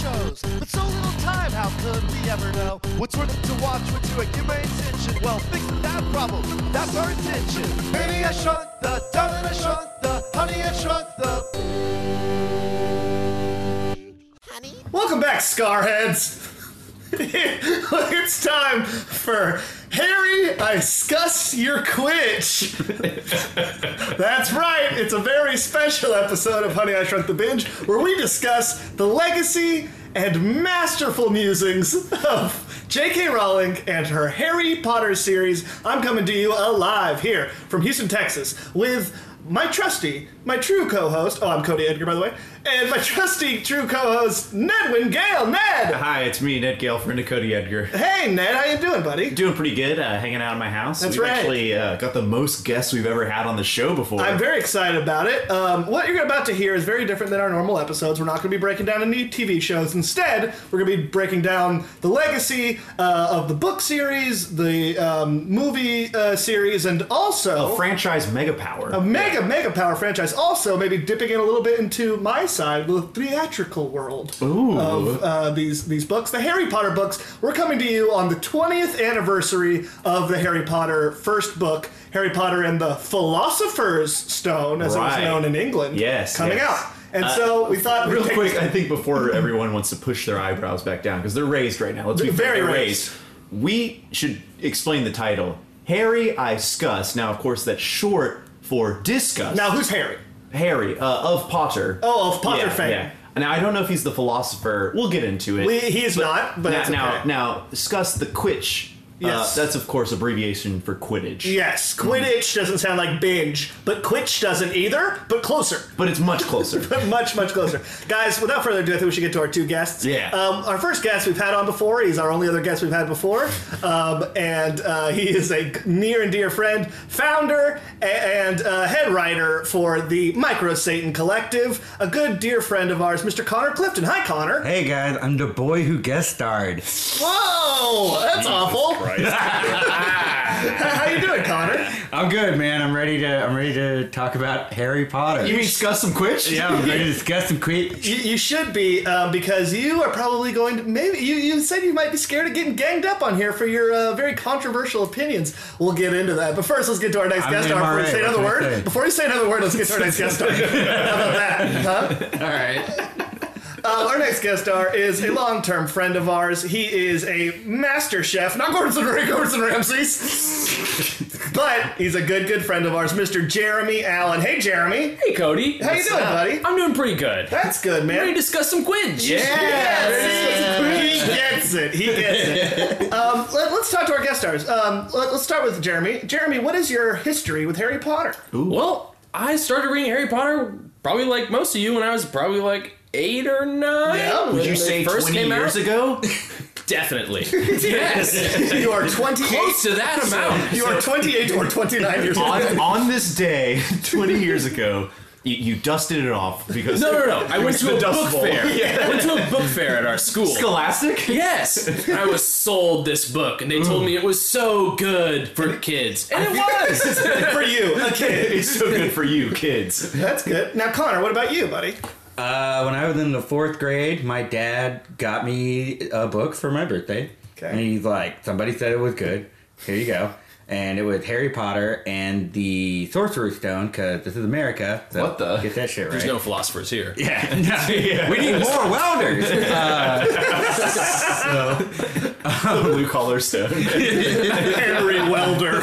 But so little time, how could we ever know? What's worth it to watch when you give my attention? Well, fix that problem, that's our intention. Baby, I shrunk the, darling, I shrunk the, honey, I shrunk the. Welcome back, Scarheads. it's time for Harry, I Scussed Your Quitch. That's right, it's a very special episode of Honey, I Shrunk the Binge where we discuss the legacy and masterful musings of J.K. Rowling and her Harry Potter series. I'm coming to you alive here from Houston, Texas, with my trusty, my true co host, oh, I'm Cody Edgar, by the way, and my trusty, true co host, Nedwin Gale. Ned! Hi, it's me, Ned Gale, friend of Cody Edgar. Hey, Ned, how you doing, buddy? Doing pretty good, uh, hanging out in my house. That's we've right. actually uh, got the most guests we've ever had on the show before. I'm very excited about it. Um, what you're about to hear is very different than our normal episodes. We're not going to be breaking down any TV shows. Instead, we're going to be breaking down the legacy uh, of the book series, the um, movie uh, series, and also a franchise mega power. a mega, mega power franchise. Also, maybe dipping in a little bit into my side, the theatrical world Ooh. of uh, these these books, the Harry Potter books. We're coming to you on the 20th anniversary of the Harry Potter first book, Harry Potter and the Philosopher's Stone, as it was Right. known in England. Yes, coming yes. Uh, out. And so we thought we'd Real take- quick, I think before everyone wants to push their eyebrows back down because they're raised right now. Let's be fair, Very they're raised. We should explain the title. Harry I Scuss. Now, of course, that's short for discuss. Now who's Harry? Harry uh, of Potter. Oh, of Potter yeah, fame. Yeah. Now I don't know if he's the philosopher. We'll get into it. We, he is not, but now, it's okay. now, now, discuss the Quitch. uh, Yes. that's of course abbreviation for Quidditch. Yes, Quidditch doesn't sound like binge, but Quitch doesn't either, but closer. But it's much closer. much, much closer. Guys, without further ado, I think we should get to our two guests. Yeah. Um, our first guest we've had on before. He's our only other guest we've had before. Um, and uh, he is a g- near and dear friend, founder, a- and uh, head writer for the Micro Satan Collective. A good dear friend of ours, Mr. Connor Clifton. Hi, Connor. Hey guys, I'm the boy who guest starred. Whoa! That's awful. How you doing, Connor? I'm good, man. I'm ready to I'm ready to talk about Harry Potter. you mean discuss some Quitch? yeah, I'm ready to discuss some quit. You, you should be um, because you are probably going to maybe you, you said you might be scared of getting ganged up on here for your uh, very controversial opinions. We'll get into that, but first let's get to our next I'm guest star. Before you MRA, say what another can I word, say? before you say another word, let's get to our next guest star. How about that? Huh? All right. Um, our next guest star is a long-term friend of ours. He is a master chef, not Gordon Ramsay, Gordon Ramsay's, but he's a good, good friend of ours, Mr. Jeremy Allen. Hey, Jeremy, Hey Cody, how you doing, buddy? I'm doing pretty good. That's good, man. Ready to discuss some quids? Yes, he gets it. He gets it. Um, let, us talk to our guest stars. Um, let, us start with Jeremy. Jeremy, what is your history with Harry Potter? Well, I started reading Harry Potter probably like most of you when I was probably like eight or nine. Yeah, would when Would you it say first 20 came years out. ago? Definitely. yes. You are 28. Close to that amount. You are 28 or 29 years old. on, on this day, 20 years ago, you, you dusted it off because No, no, no. I went to The a Dust book Bowl. fair. I went to a book fair at our school. Scholastic. Yes. I was sold this book, and they Mm. told me it was so good for kids, and it was. for you. Okay. It's so good for you, kids. That's good. Now, Connor, what about you, buddy? Uh, when I was in the fourth grade, my dad got me a book for my birthday. Okay. And he's like, somebody said it was good. Here you go. And it was Harry Potter and the Sorcerer's Stone, because this is America. So What the? Get that shit right. There's no philosophers here. Yeah. We need more welders. Blue collar stuff. Harry Welder.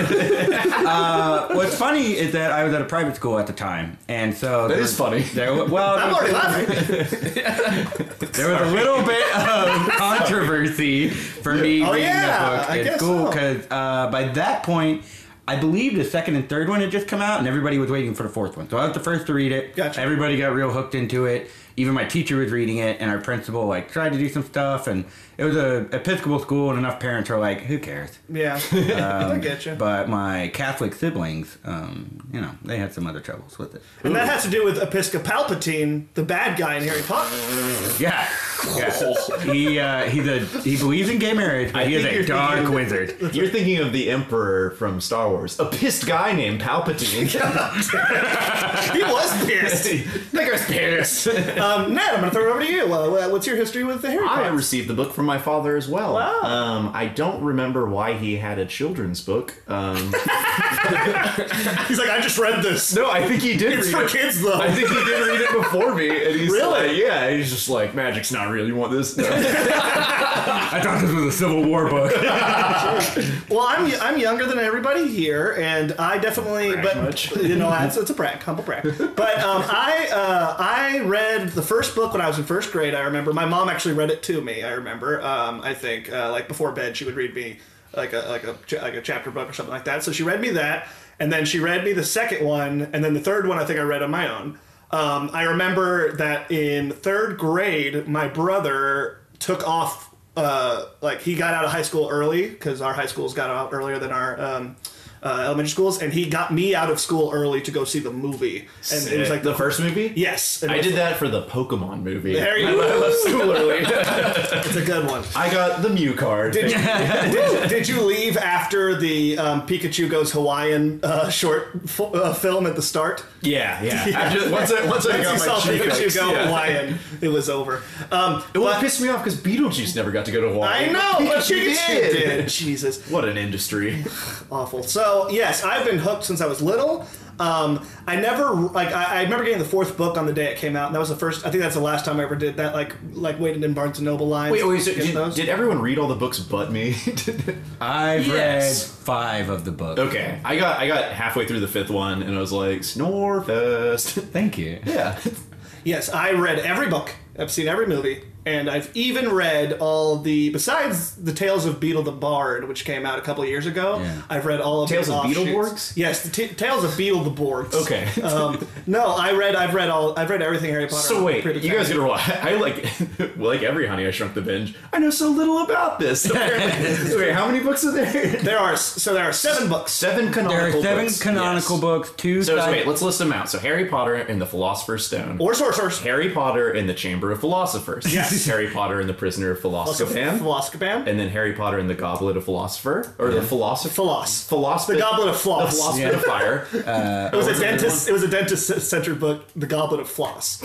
What's funny is that I was at a private school at the time, and so that is funny. There, wa- well, I'm already laughing. there was a little bit of controversy for me Oh, reading yeah, that book I at guess school so. because uh, by that point, I believe the second and third one had just come out, and everybody was waiting for the fourth one. So I was the first to read it. Gotcha. Everybody got real hooked into it. Even my teacher was reading it, and our principal like tried to do some stuff, and it was a Episcopal school, and enough parents were like, "Who cares?" Yeah. I get you. But my Catholic siblings, um, you know, they had some other troubles with it. And that has to do with Episcopalpatine, the bad guy in Harry Potter. Yeah. he uh, he's a he believes in gay marriage, but I he is think a you're dark thinking- wizard. You're thinking of the Emperor from Star Wars, a pissed guy named Palpatine. He was pissed. that guy's pissed. Um, Ned, I'm going to throw it over to you. Uh, what's your history with the Harry I Potter? received the book from my father as well. Wow. Um, I don't remember why he had a children's book. Um, He's like, I just read this. no, I think he did. it's read for it. kids, though. I think he did read it before me, and he's Really? like, yeah, he's just like, magic's not real. You want this? No. I thought this was a Civil War book. Well, I'm I'm younger than everybody here, and I definitely, but much. you know, that's it's a brag, humble brag. But um, I uh, I read the first book when I was in first grade. I remember my mom actually read it to me. I remember, um, I think, uh, like before bed, she would read me like a like a cha- like a chapter book or something like that. So she read me that, and then she read me the second one, and then the third one I think I read on my own. Um, I remember that in third grade, my brother took off uh, like he got out of high school early because our high schools got out earlier than our um, uh, elementary schools, and he got me out of school early to go see the movie. And it was like the first movie. yes, and I it was- did that for the Pokemon movie. There you I left- I left school early. It's a good one. I got the Mew card. did, did you leave after the um, Pikachu goes Hawaiian uh, short f- uh, film at the start? yeah, yeah. After, once I, once Once I you got saw my Pikachu Cheetos, go yeah. Hawaiian, it was over. Um, Well, but- it pissed me off because Beetlejuice never got to go to Hawaii. I know, but Pikachu Pikachu did. Jesus. What an industry. awful. So yes, I've been hooked since I was little. Um, I never like I, I remember getting the fourth book on the day it came out, and that was the first. I think that's the last time I ever did that. Like like waited in Barnes and Noble lines. Wait, wait, so to get did, those. did everyone read all the books but me? I've Yes. read five of the book. okay, I got I got halfway through the fifth one and I was like, Snorefest. Thank you. yeah. Yes, I read every book. I've seen every movie, and I've even read all the besides the Tales of Beetle the Bard, which came out a couple of years ago. Yeah. I've read all of Tales the of offshoots. Beetleborgs? Yes, the t- Tales of Beetle the Borgs. Okay. um, no, I read. I've read all. I've read everything Harry Potter. So wait, Pretty you guys fast. gonna watch? I like, like every Honey I Shrunk the Binge. I know so little about this. Apparently. wait, how many books are there? There are so there are seven books. Seven canonical. There are seven books. canonical yes. books, two So side- wait, let's list them out. So Harry Potter and the Philosopher's Stone. Or source, source. Harry Potter and the Chamber of Philosophers. Yes. Harry Potter and the Prisoner of Philosophers. Philosophobam. and then Harry Potter and the Goblet of Philosopher, or the Philosopher, Philos. Philosopher, The Goblet of Floss. the Philosopher Yeah. of Fire. It was a dentist. It was a dentist-centered book, The Goblet of Floss.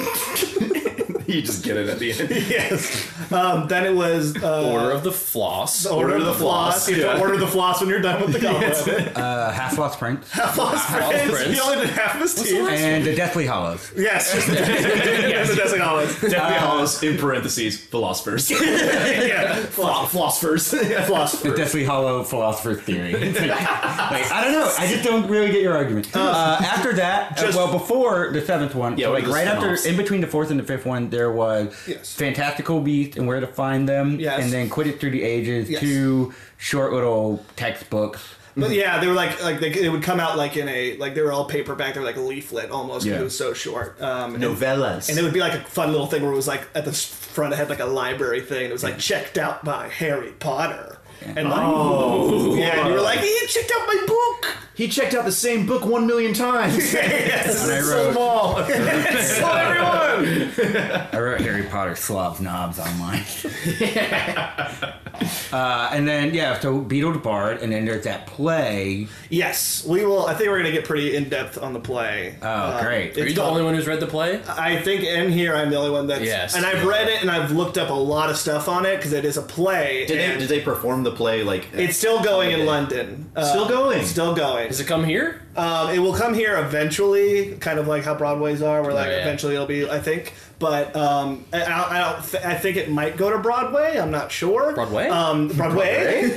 you just get it at the end. yes. Um, then it was uh, Order of the Floss. Order, of the, Floss. You have to yeah. order the floss when you're done with the goblet. of it. Uh, Half Lost Prince floss Half prince. Prince. He only did half of his teeth. and the Deathly Hollows. Yes. just the- yes. the Deathly Hollows. Deathly Hallows in parentheses philosophers, Yeah. Floss. philosophers. Floss. The Deathly Hollow Philosopher's Theory. It's like, like, I don't know. I just don't really get your argument. Uh, after that, uh, Just- well, before the seventh one, Yeah, so, what like are the right spin-offs? after, in between the fourth and the fifth one, there was Yes. Fantastical Beasts and Where to Find Them, Yes. and then Quit It Through the Ages, Yes. two short little textbooks. But yeah, they were like like they, they would come out like in a like they were all paperback. They were like a leaflet almost. 'cause Yeah. It was so short. Um, and- Novellas. And it would be like a fun little thing where it was like at the s- front it had like a library thing. And it was like checked out by Harry Potter. And like, yeah, and you were like, he checked out my book. he checked out the same book one million times. yes, I it's so wrote- small. it's so everyone. I wrote Harry Potter slobs knobs online. uh, and then yeah, so Beetle the Bard, and then there's that play. Yes, we will. I think we're gonna get pretty in depth on the play. Uh. Oh, great! Are you the only one who's read the play? I think in here I'm the only one that's. Yes. And I've read it and I've looked up a lot of stuff on it because it is a play. did they and did they perform the play like? It's still going in London. Uh, Still going? Still going. Does it come here? Um, it will come here eventually, kind of like how Broadway's are, where like Oh, yeah. eventually it'll be, I think. But um, I, I, I, don't th- I think it might go to Broadway. I'm not sure. Broadway? Um, Broadway. Broadway.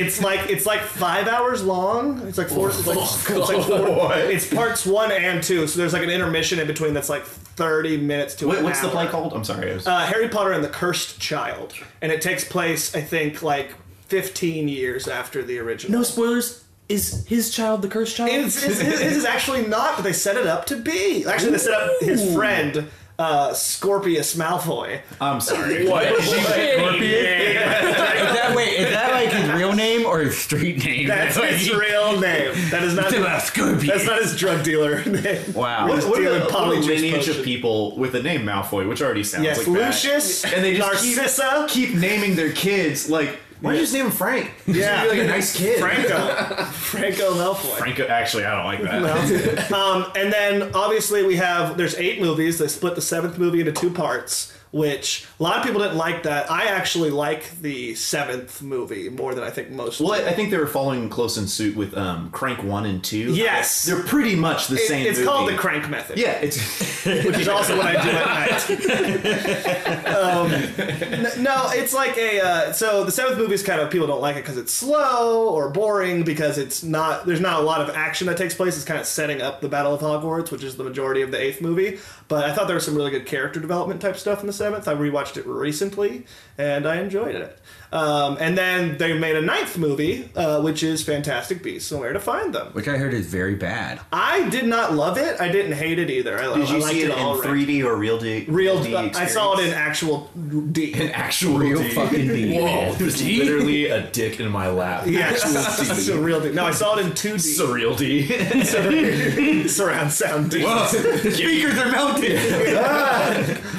it's like it's like five hours long. It's like four. It's like, Oh, it's, like four it's parts one and two. So there's like an intermission in between that's like 30 minutes to. What- an what's the hour. play called? I'm sorry. I was- Uh, Harry Potter and the Cursed Child, and it takes place, I think, like 15 years after the original. spoilers. Is his child the cursed child? It's, it's, his, his is actually not, but they set it up to be. Actually, they set up his friend uh, Scorpius Malfoy. I'm sorry. Is that wait? Is that like his real name or his street name? That's Like, his real name. That is not. Scorpius. That's not his drug dealer name. We're Wow. What, just what, dealing a, what a polyjuice lineage potion. of people with the name Malfoy, which already sounds Yes, like that. Lucius and they just keep- Narcissa. keep naming their kids like Why don't you just name him Frank? Yeah. You're like a nice kid. Franco. Franco Malfoy. Franco. Actually, I don't like that. um, and then obviously we have there's eight movies. They split the seventh movie into two parts, which a lot of people didn't like that. I actually like the seventh movie more than I think most. Well, I I think they were following close in suit with um, Crank One and Two. Yes. they're pretty much the It- same. it's called the movie. crank method. Yeah, it's which is also what I do at night. um, n- no, it's like a uh, so the seventh movie is kind of people don't like it because it's slow or boring because it's not there's not a lot of action that takes place. It's kind of setting up the Battle of Hogwarts, which is the majority of the eighth movie. But I thought there was some really good character development type stuff in the seventh. I rewatched it recently and I enjoyed it. Um, and then they made a ninth movie, uh, which is Fantastic Beasts and Where to Find Them. which I heard is very bad. I did not love it. I didn't hate it either. I, did I you liked see it, it, in all right. 3D or real D? Real, D I saw it in actual D. Actual Real D. fucking D. Whoa, the There's D? literally a dick in my lap. Yeah, it's a real D. No, I saw it in 2D. It's a real D. surround sound D. Speakers are mounted.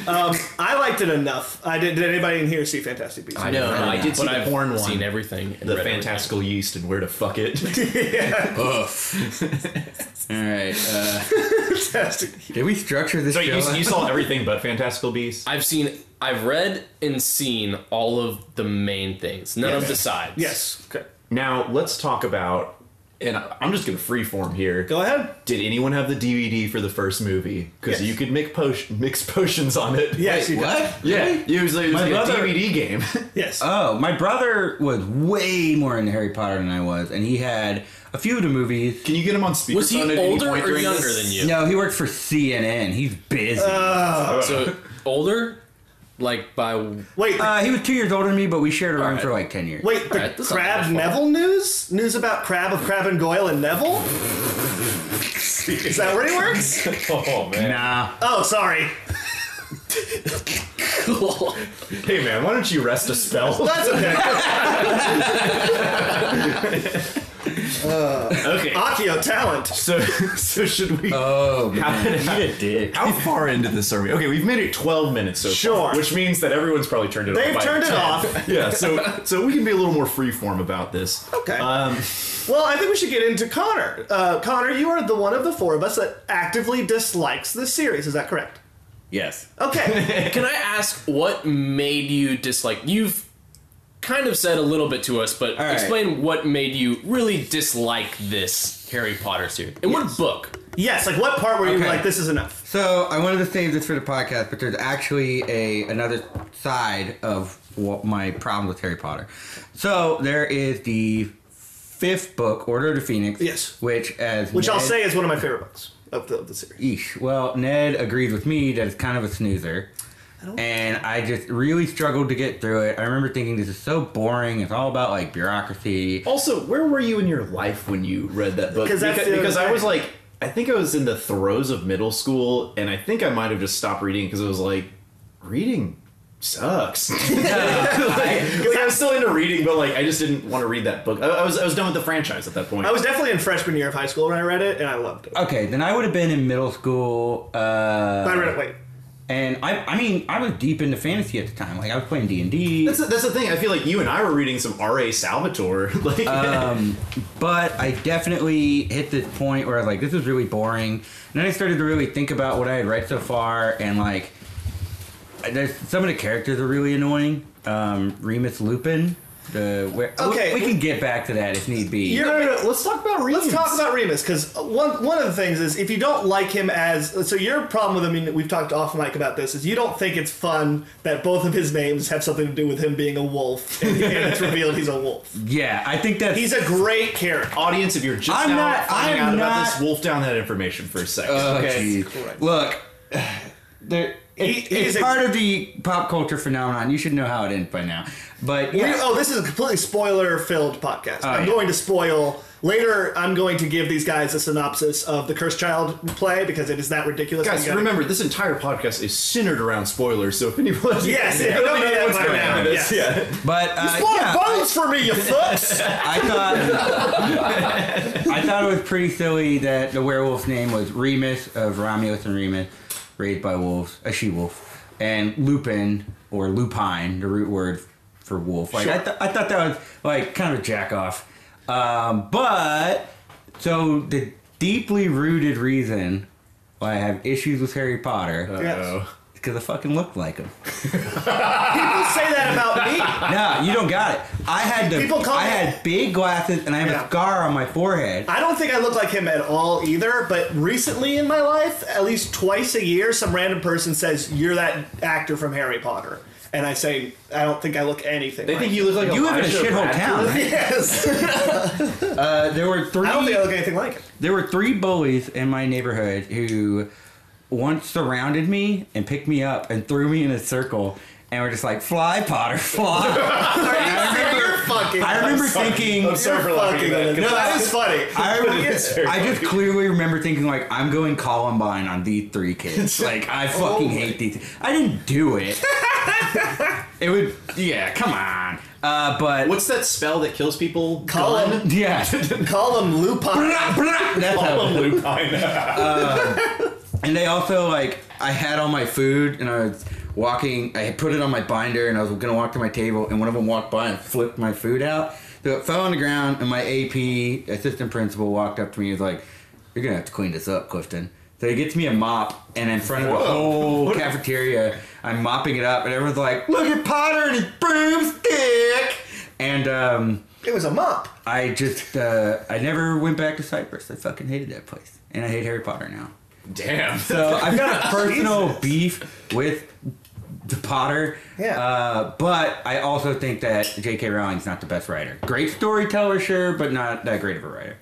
I liked it enough. I did. Did anybody in here see Fantastic Beasts? I No, know. no, I did see but the I've porn one. Seen everything. and the read everything. fantastical yeast and where to fuck it. All right. Uh, Fantastic. did we structure this so show? you, you saw everything but Fantastical Beasts. I've seen. I've read and seen all of the main things. None of the sides. Yes. Okay. Now let's talk about, and I- I'm just gonna freeform here. Go ahead. Did anyone have the DVD for the first movie? Because Yes. you could mix, potion, mix potions on it. Yes. you what? Yeah, it was like, it was My like a brother- DVD game. Yes. Oh, my brother was way more into Harry Potter than I was, and he had a few of the movies. Can you get him on speakerphone? Was he at any older point or during younger this? than you? No, he worked for CNN. He's busy. Uh, So older, like by. wait. Uh, he was two years older than me, but we shared a room Alright. for like ten years. wait. The Alright, this is not Crab my fault. Neville news? News about Crab of Crab and Goyle and Neville? Is that where he works? Oh man. Nah, Oh, sorry. Hey man, why don't you rest a spell? That's okay. okay. Akio talent. So, so should we? Oh man, how, How far into this are we? Okay, we've made it 12 minutes so Sure. far, which means that everyone's probably turned it off. They've by turned it 10. off. Yeah, so so we can be a little more freeform about this. Okay. Um, Well, I think we should get into Connor. Uh, Connor, you are the one of the four of us that actively dislikes this series. Is that correct? yes. Okay. Can I ask what made you dislike? You've kind of said a little bit to us, but right. explain what made you really dislike this Harry Potter series. And what book? yes. Like, what part were you Okay. like, this is enough? So I wanted to save this for the podcast, but there's actually a another side of what my problem with Harry Potter. So there is the fifth book, Order of the Phoenix. Yes. Which as Which I'll Ned- say is one of my favorite books of the, of the series. Eesh. Well, Ned agreed with me that it's kind of a snoozer. And I just really struggled to get through it. I remember thinking this is so boring. It's all about like bureaucracy. also, where were you in your life when you read that book? 'Cause that's because, the other because I thing. was like, I think I was in the throes of middle school, and I think I might have just stopped reading because it was like, reading sucks. like, like, I was still into reading, but like I just didn't want to read that book. I, I was I was done with the franchise at that point. I was definitely in freshman year of high school when I read it, and I loved it. Okay, then I would have been in middle school. Uh, But I read it late. and I, I mean, I was deep into fantasy at the time. Like I was playing D and D. That's the, that's the thing. I feel like you and I were reading some R.A. Salvatore. Like, Uh, But I definitely hit this point where I was like, this is really boring. And then I started to really think about what I had read so far, and like, there's some of the characters are really annoying. Um, Remus Lupin, the where, Okay. we, we can get back to that if need be. You're- no, no, no, let's talk about reading. Let's talk about Remus because one one of the things is if you don't like him as so your problem with him. I mean, we've talked off mic about this. Is you don't think it's fun that both of his names have something to do with him being a wolf, and, and it's revealed he's a wolf. Yeah, I think that's He's a great character. audience if you're just I'm now not- finding I'm out not- about this. Wolf down that information for a second. Oh, Okay. jeez. Correct. Look, there. He- It, he's it's a- part of the pop culture phenomenon. You should know how it ends by now. But We- yeah, oh, this is a completely spoiler-filled podcast. I'm yeah. going to spoil later. I'm going to give these guys a synopsis of the Cursed Child play because it is that ridiculous. Guys, I'm gonna- remember this entire podcast is centered around spoilers. So if anyone, Yes, if you I don't think know that anyone's by going now, into this. yes. Yeah. but uh, Spoil yeah, bones for me, you fucks. I thought I thought it was pretty silly that the werewolf's name was Remus of Romulus and Remus, raised by wolves, a she wolf, and Lupin or lupine, the root word for Wolf. Like I, th- I thought that was like kind of a jack off. Um, but so the deeply rooted reason why I have issues with Harry Potter is Yes. because I fucking look like him. People say that about me. No, you don't got it. I had the People call I me- had big glasses and I have Yeah. a scar on my forehead. I don't think I look like him at all either, but recently in my life, at least twice a year, some random person says, You're that actor from Harry Potter. And I say, I don't think I look anything. They like think you look like You live in a Elijah shithole Radcliffe. town. Right? Yes. Uh, there were three. I don't think I look anything like him. There were three bullies in my neighborhood who once surrounded me and picked me up and threw me in a circle and were just like, fly, Potter, fly. I You're remember, fucking. I remember thinking, I'm sorry for You're laughing fucking. at that. No, that is funny. I, But it is very I just clearly remember thinking, like, I'm going Columbine on these three kids. Like, I fucking hate these. I didn't do it. it would, yeah, come on. Uh, but, What's that spell that kills people? Call him. yeah. Call him Lupin. That's how All of Lupine. And they also like I had all my food and I was walking. I had put it on my binder and I was gonna walk to my table and one of them walked by and flipped my food out. So it fell on the ground and my AP assistant principal walked up to me and was like, "You're gonna have to clean this up, Clifton." So he gets me a mop and in front of the whole cafeteria, I'm mopping it up and everyone's like, "Look at Potter and his broomstick!" And um, It was a mop. I just uh, I never went back to Cyprus. I fucking hated that place and I hate Harry Potter now. Damn. So I've got a personal beef with the Potter. Yeah. Uh, but I also think that J.K. Rowling's not the best writer. Great storyteller, sure, but not that great of a writer.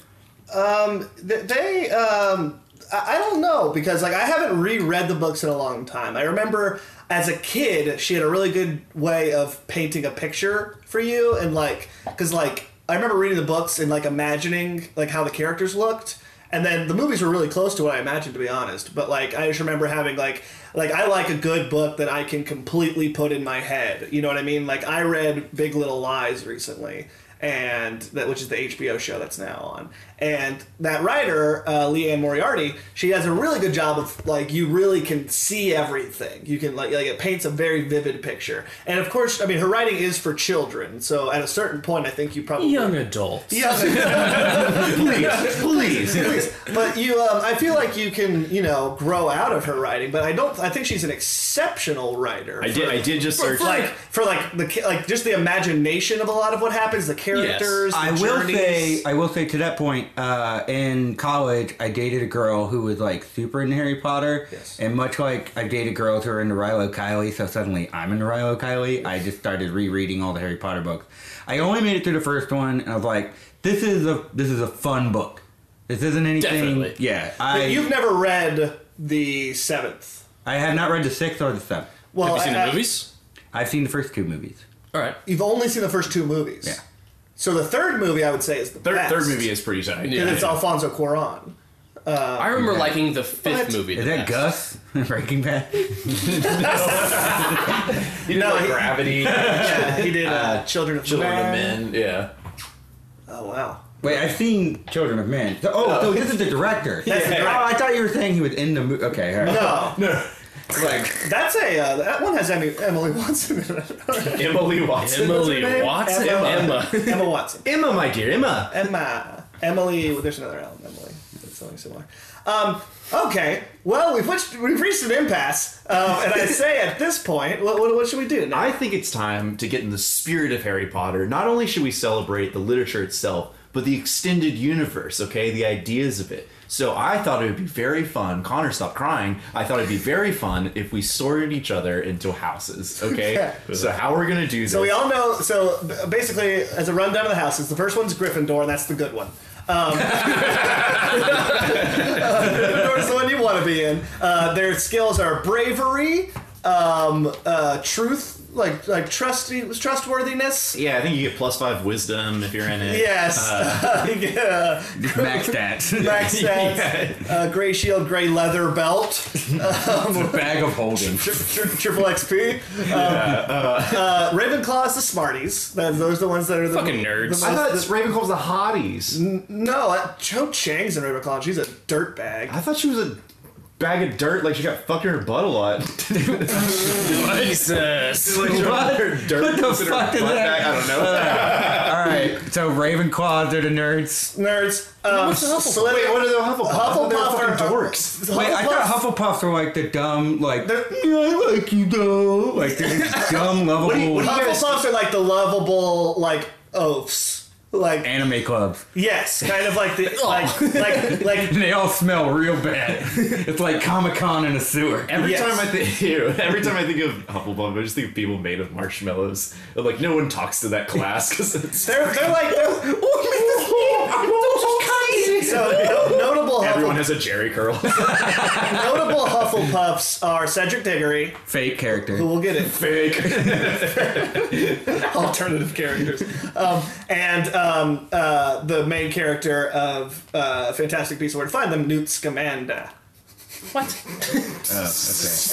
Th- They, um, I I don't know because like I haven't reread the books in a long time. I remember as a kid, she had a really good way of painting a picture for you, and like, because like I remember reading the books and like imagining like how the characters looked. And then the movies were really close to what I imagined, to be honest. But like, I just remember having like, like I like a good book that I can completely put in my head. You know what I mean? Like I read Big Little Lies recently, and that which is the HBO show that's now on. And that writer, uh, Leanne Moriarty, she does a really good job of like you really can see everything. You can like like it paints a very vivid picture. And of course, I mean her writing is for children, so at a certain point, I think you probably Young adults. yeah. Please. but you, um, I feel like you can you know grow out of her writing. But I don't. I think she's an exceptional writer. I did. I did just For, search. for like for like the ca- like just the imagination of a lot of what happens, the characters. I the will journeys. say, I will say to that point, uh, in college, I dated a girl who was like super into Harry Potter, Yes. and much like I've dated girls who are into Rilo Kiley, so suddenly I'm into Rilo Kiley. I just started rereading all the Harry Potter books. I only made it through the first one, and I was like, "This is a this is a fun book. This isn't anything." Definitely. Yeah, But you've I never read the seventh. I have not read the sixth or the seventh. Well, Have you seen I- the I- movies? I've seen the first two movies. All right. You've only seen the first two movies. Yeah. So the third movie, I would say, is the Third, best. third movie is pretty tight. Yeah. And it's Alfonso Cuarón. I remember liking the fifth What? movie. Is the that best. Gus Breaking Bad? You know, No, like he- Gravity, Yeah, he did uh, Children of Children of Man. Men. Yeah. Oh wow. Wait, I've seen Children of Men. So- oh, so this is the director. That's the Oh, I thought you were saying he was in the movie. Okay, all right. No, Like, that's a uh, that one has Emily, Emily Watson. in it. Emily Watson. Emily What's her name? Watson. Emma. Emma Watson. Emma, my dear Emma. Emma. Emily. Well, there's another L. in Emily. That's something similar. Um, okay. Well, we've reached, we've reached an impasse, um, and I say at this point, what, what, what should we do? Now? I think it's time to get in the spirit of Harry Potter. Not only should we celebrate the literature itself, but the extended universe, okay? The ideas of it. So I thought it would be very fun. Connor, stop crying. I thought it'd be very fun if we sorted each other into houses, okay? so how we're gonna do this? So we all know. So b- basically, as a rundown of the houses, the first one's Gryffindor, and that's the good one. Um, Gryffindor's the one you want to be in. Uh, their skills are bravery, um, uh, truth, like like trusty trustworthiness. yeah, I think you get plus five wisdom if you're in it. Yes, yeah. max stats. max stats, uh, gray shield, gray leather belt, Bag of holding. tri- tri- triple XP. Um, uh, Ravenclaw's the smarties. Those those are the ones that are the Fucking nerds. the I most- thought Ravenclaw's the hotties. Mm. No, uh, Cho Chang's in Ravenclaw. She's a dirtbag. I thought she was a bag of dirt like she got fucked in her butt a lot. Jesus. like she What? got her dirt What the puts in her fuck did butt that- bag, I don't know. All right, so Ravenclaws are the nerds. Nerds. Um, so Wait, what are they Hufflepuff? I thought they were Hufflepuff are- fucking dorks. Wait, I thought Hufflepuffs were like the dumb, like They're- yeah, I like you though, like they're these dumb, lovable Hufflepuffs are like the lovable like oafs. Like anime clubs, yes, kind of like the Oh. like like like and they all smell real bad. it's like Comic Con in a sewer. Every Yes. time I think ew, every time I think of Hufflepuff, I just think of people made of marshmallows. And like no one talks to that class because it's they're they're like they're, "Oh, so no, notable everyone Hufflepuff, has a Jerry curl. notable Hufflepuffs are Cedric Diggory. Fake character. We'll get it. Fake. alternative characters. Um, and um, uh, the main character of uh, Fantastic Beasts and Where to Find Them, Newt Scamander. Oh, What?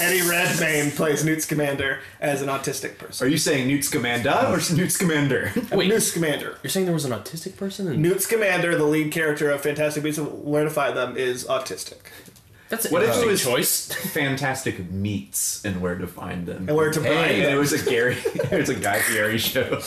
Eddie Redmayne plays Newt Scamander as an autistic person. Are you saying Newt's Commander or Newt's Commander? Wait, Newt Scamander. you're saying there was an autistic person? In- Newt Scamander, the lead character of Fantastic Beasts and Where to Find Them, is autistic. That's an What if it interesting was- choice. Fantastic meets and where to find them. And where to Hey, find there them. was a Gary. There was a Guy Fieri show.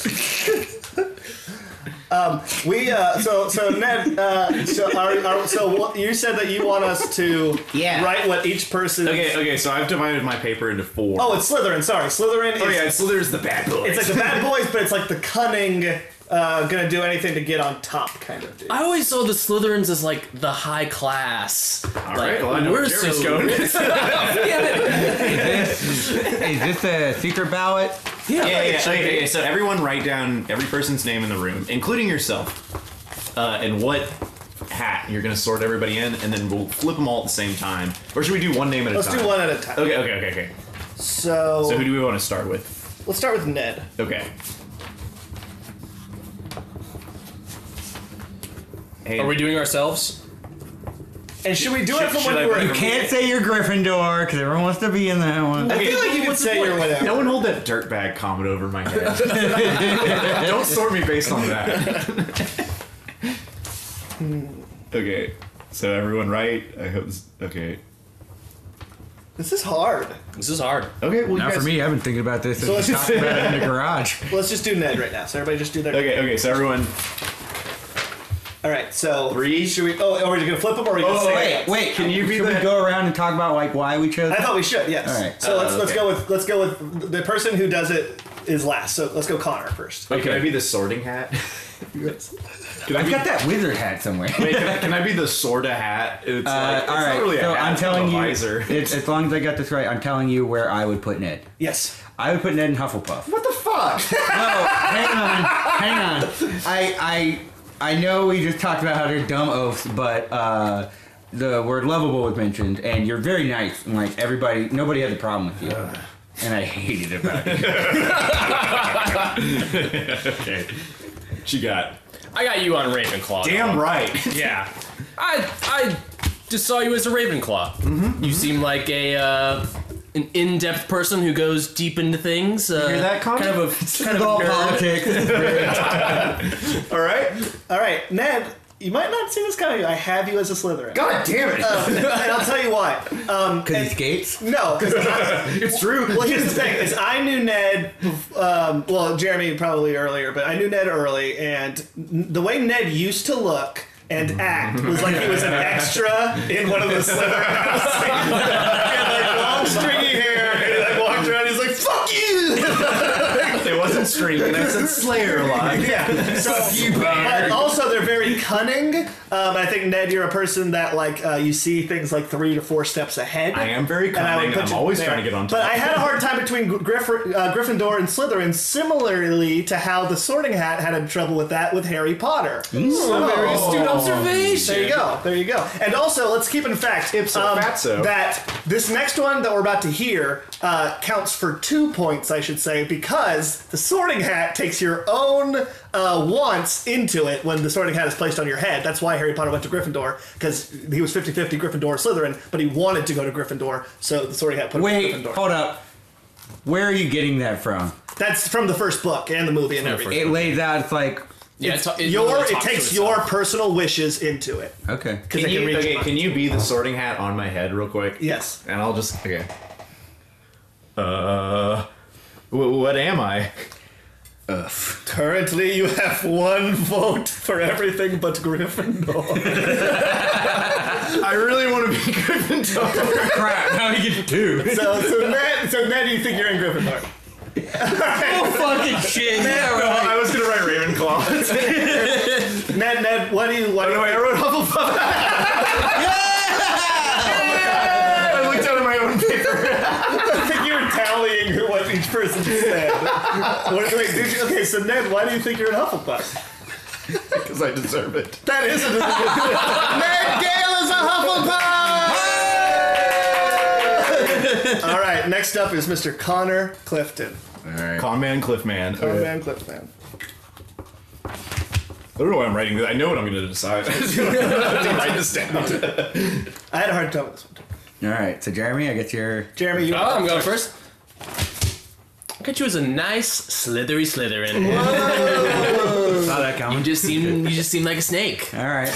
We uh, so so Ned. Uh, so are, are, so what- you said that you want us to Yeah. write what each person. Okay, okay. So I've divided my paper into four. Oh, it's Slytherin. Sorry, Slytherin. oh is yeah. So there's the bad boys. It's like the bad boys, but it's like the cunning, uh, gonna do anything to get on top kind of dude. I always saw the Slytherins as like the high class. All right, well, I know where Jerry's going. Is this a secret ballot? yeah, yeah, yeah. Okay, okay, so everyone write down every person's name in the room, including yourself, uh, and what hat you're gonna sort everybody in, and then we'll flip them all at the same time. Or should we do one name at a Let's time? do one at a time. Okay, okay, okay, okay. So, So who do we want to start with? let's start with Ned. Okay. Hey, Are we doing ourselves? And should we do Should- it from should when I we were? bring You can't say you're Gryffindor because everyone wants to be in that one. I feel like you could say your whatever. No one hold that dirtbag comment over my head. Don't sort me based on that. okay. So everyone right? I hope this, okay. This is hard. This is hard. Okay, well you Not guys- for me. I've been thinking about this So since let's we talked just- about it in the garage. Let's just do Ned right now. So everybody just do their. Okay, okay, so everyone All right. So Three. Should we? Oh, are we gonna flip them or are we gonna Oh, say? Wait, wait. Can you be Should we the- go around and talk about like why we chose? I thought we should. Yes. All right. So let's let's Uh, okay. go with let's go with the person who does it is last. So let's go Connor first. Wait, can I be the sorting hat? can I I've be, got that wizard hat somewhere. Wait, can I, can I be the sorta hat? It's Uh, like it's all right, not really a so hat, I'm it's kind of telling a you, visor. it's- as long as I got this right, I'm telling you where I would put Ned. Yes. I would put Ned in Hufflepuff. What the fuck? No, hang on, hang on. I, I, I know we just talked about how they're dumb oafs, but uh, the word lovable was mentioned, and you're very nice, and like everybody, nobody had a problem with you, and I hated it about you. okay. She got I got you on Ravenclaw. Oh. damn right. Yeah. I I just saw you as a Ravenclaw. Mm-hmm. You seem like a uh, an in-depth person who goes deep into things. Uh, hear that, Connor? Kind of a kind It's of a all nerd. politics. All right. All right, Ned. You might not see this coming. I have you as a Slytherin. God damn it. and I'll tell you why. Um, Because he skates. no, 'cause I- it's true. well, here's the thing: is I knew Ned. Um, well, Jeremy probably earlier, but I knew Ned early, and n- the way Ned used to look and act was like he was an extra in one of the Slytherin houses. He had like long stringy hair, and he like walked around. He's like, "Fuck you!" It wasn't string, and I said Slayer a lot. yeah. So But also, they're very cunning. Um, I think Ned, you're a person that like uh, you see things like three to four steps ahead. I am very And I would cunning. put I'm you always there. trying to get on top. But I had a hard time between Griff- uh, Gryffindor and Slytherin, similarly to how the Sorting Hat had a trouble with that with Harry Potter. Mm. So very Oh. astute observation. There you go. There you go. And also, let's keep in fact um, Ipso fatso. that this next one that we're about to hear uh, counts for two points, I should say, because the Sorting Hat takes your own uh, wants into it when the Sorting Hat is placed on your head. That's why Harry Potter went to Gryffindor, because he was 50 50 Gryffindor or Slytherin, but he wanted to go to Gryffindor, so the Sorting Hat put him in Wait, Gryffindor. hold up. Where are you getting that from? That's from the first book and the movie and everything. It lays out. It's like Yeah, it's, it your really it talks to takes itself. your personal wishes into it Okay. because Can it can you, reach. okay, can you be the sorting hat on my head real quick? Yes. And I'll just okay. Uh, wh- what am I? Currently, you have one vote for everything but Gryffindor. I really want to be Gryffindor. Crap, now you get two. so, so Matt, so Matt, you think you're in Gryffindor? uh, oh, fucking shit. Yeah, right. Oh, I was gonna write Ravenclaw. Matt, Matt, what do you? What do you? I wrote Hufflepuff. I looked down at my own paper. I think you're tallying what each person said. What- wait, did you, okay, so Ned, why do you think you're in Hufflepuff? Because I deserve it. That is a Ned Gale is a Hufflepuff. All right, next up is Mr. Connor Clifton. Alright. Con man, Cliff man. Oh, Okay. man, Clifton. I don't know why I'm writing this. I know what I'm gonna decide. I just wanna write this down. I had a hard time with this one. All right, so Jeremy, I guess you're. Jeremy, you. Oh, I'm going first. Look at you as a nice, slithery Slytherin. Saw that You coming. just seem you just seem like a snake. All right.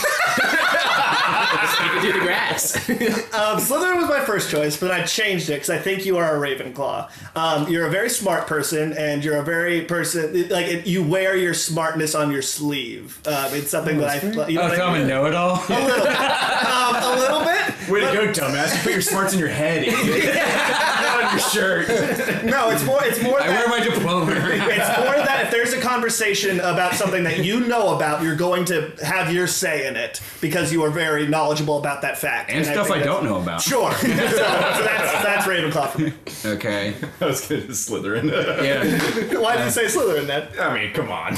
Sneaking through the grass. Um, Slytherin was my first choice, but I changed it because I think you are a Ravenclaw. Um, you're a very smart person, and you're a very person like it, you wear your smartness on your sleeve. Um, it's something that I. You know Oh, what I so I'm a mean? know-it-all. Um, a little bit. Way to go, dumbass! You put your smarts in your head. idiot. Not on your shirt. No, it's more. It's more. I that, wear my diploma. it's more that if there's a conversation about something that you know about, you're going to have your say in it because you are very knowledgeable about that fact. And stuff think I don't that's- know about. Sure. so, so that's that's Ravenclaw for me. Okay. I was gonna Slytherin. Yeah. Why Uh, did you say Slytherin then? I mean, come on.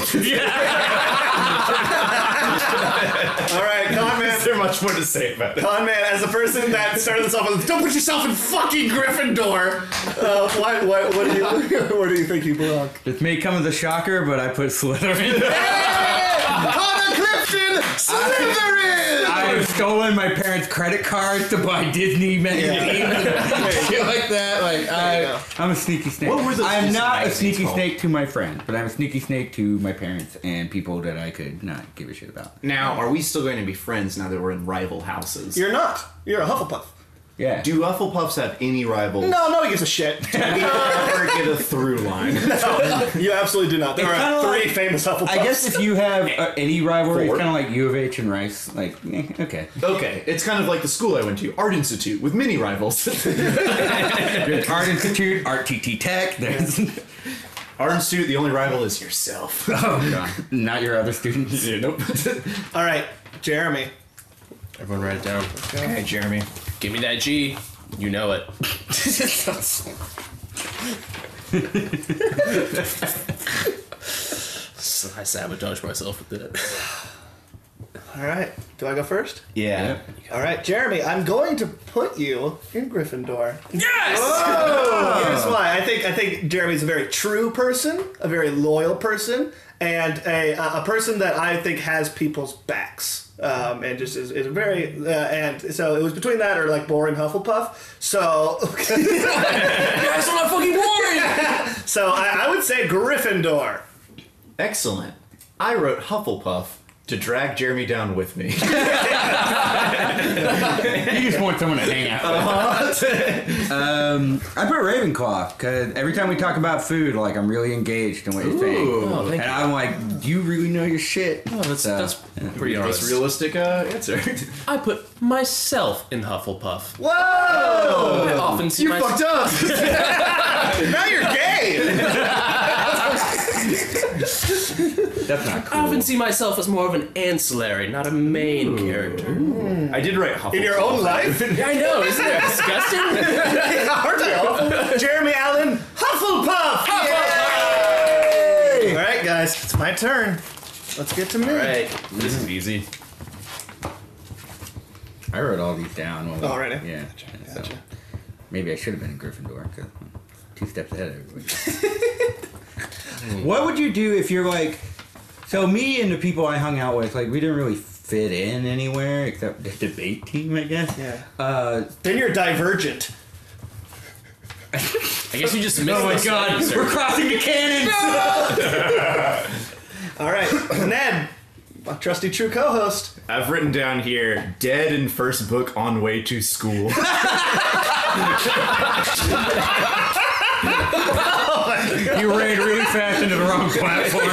All right, con man. Is there much more to say about that? Con man, as the person that started this off with, don't put yourself in fucking Gryffindor. Uh, why, why, what do you where do you think you belong? This may come as a shocker, but I put Slytherin. Connor Clifton, Slytherin. I've stolen my parents' credit cards to buy Disney magazines. Shit like that. Like you go. I, I'm a sneaky snake. What were those I'm Disney not a magazines sneaky called? snake to my friends, but I'm a sneaky snake to my parents and people that I could not give a shit about. Now, are we still going to be friends now that we're in rival houses? You're not. You're a Hufflepuff. Yeah. Do Hufflepuffs have any rivals? No, nobody gives a shit. Or get a through line? You absolutely do not. There It's are kinda three like- famous Hufflepuffs. I guess if you have uh, any rivalry, Four. it's kind of like U of H and Rice. Like, eh, okay. Okay, it's kind of like the school I went to, Art Institute, with many rivals. There's Art Institute, Art TT Tech. There's Art Institute, the only rival is yourself. Oh, not your other students. Yeah, nope. All right, Jeremy. Everyone write it down. hey, Jeremy. Give me that G. You know it. So I sabotage myself with it. All right, do I go first? Yeah. All right, Jeremy. I'm going to put you in Gryffindor. Oh. Yes! Here's why. I think I think Jeremy's a very true person, a very loyal person, and a a person that I think has people's backs. Um, and just is, is very uh, and so it was between that or like boring Hufflepuff. So That's what I'm fucking boring! so I, I would say Gryffindor. Excellent. I wrote Hufflepuff to drag Jeremy down with me. You just want someone to hang out. with. Um, I put Ravenclaw because every time we talk about food, like I'm really engaged in what you're saying, Oh, and thank you. I'm like, do you really know your shit? Oh, That's, that's pretty That's honest. realistic uh, answer. I put myself in Hufflepuff. Whoa! I often see you my- fucked up! Now you're gay. that's not I cool. often see myself as more of an ancillary, not a main character. I did write Hufflepuff. In your own life. I know, isn't that disgusting? Aren't they awful? Jeremy Allen, Hufflepuff! All right, guys, it's my turn. Let's get to me. All right. This is easy. I wrote all these down. While we- Alrighty. Yeah. so maybe I should have been in Gryffindor because two steps ahead of everybody. what would you do if you're like, so me and the people I hung out with, like we didn't really fit in anywhere except the debate team, I guess. Yeah. Uh, Then you're divergent. I guess you just missed oh my the god, sentence, we're sir. crossing the cannons! All right, Ned, my trusty true co-host. I've written down here dead in first book on way to school. You ran really fast into the wrong platform.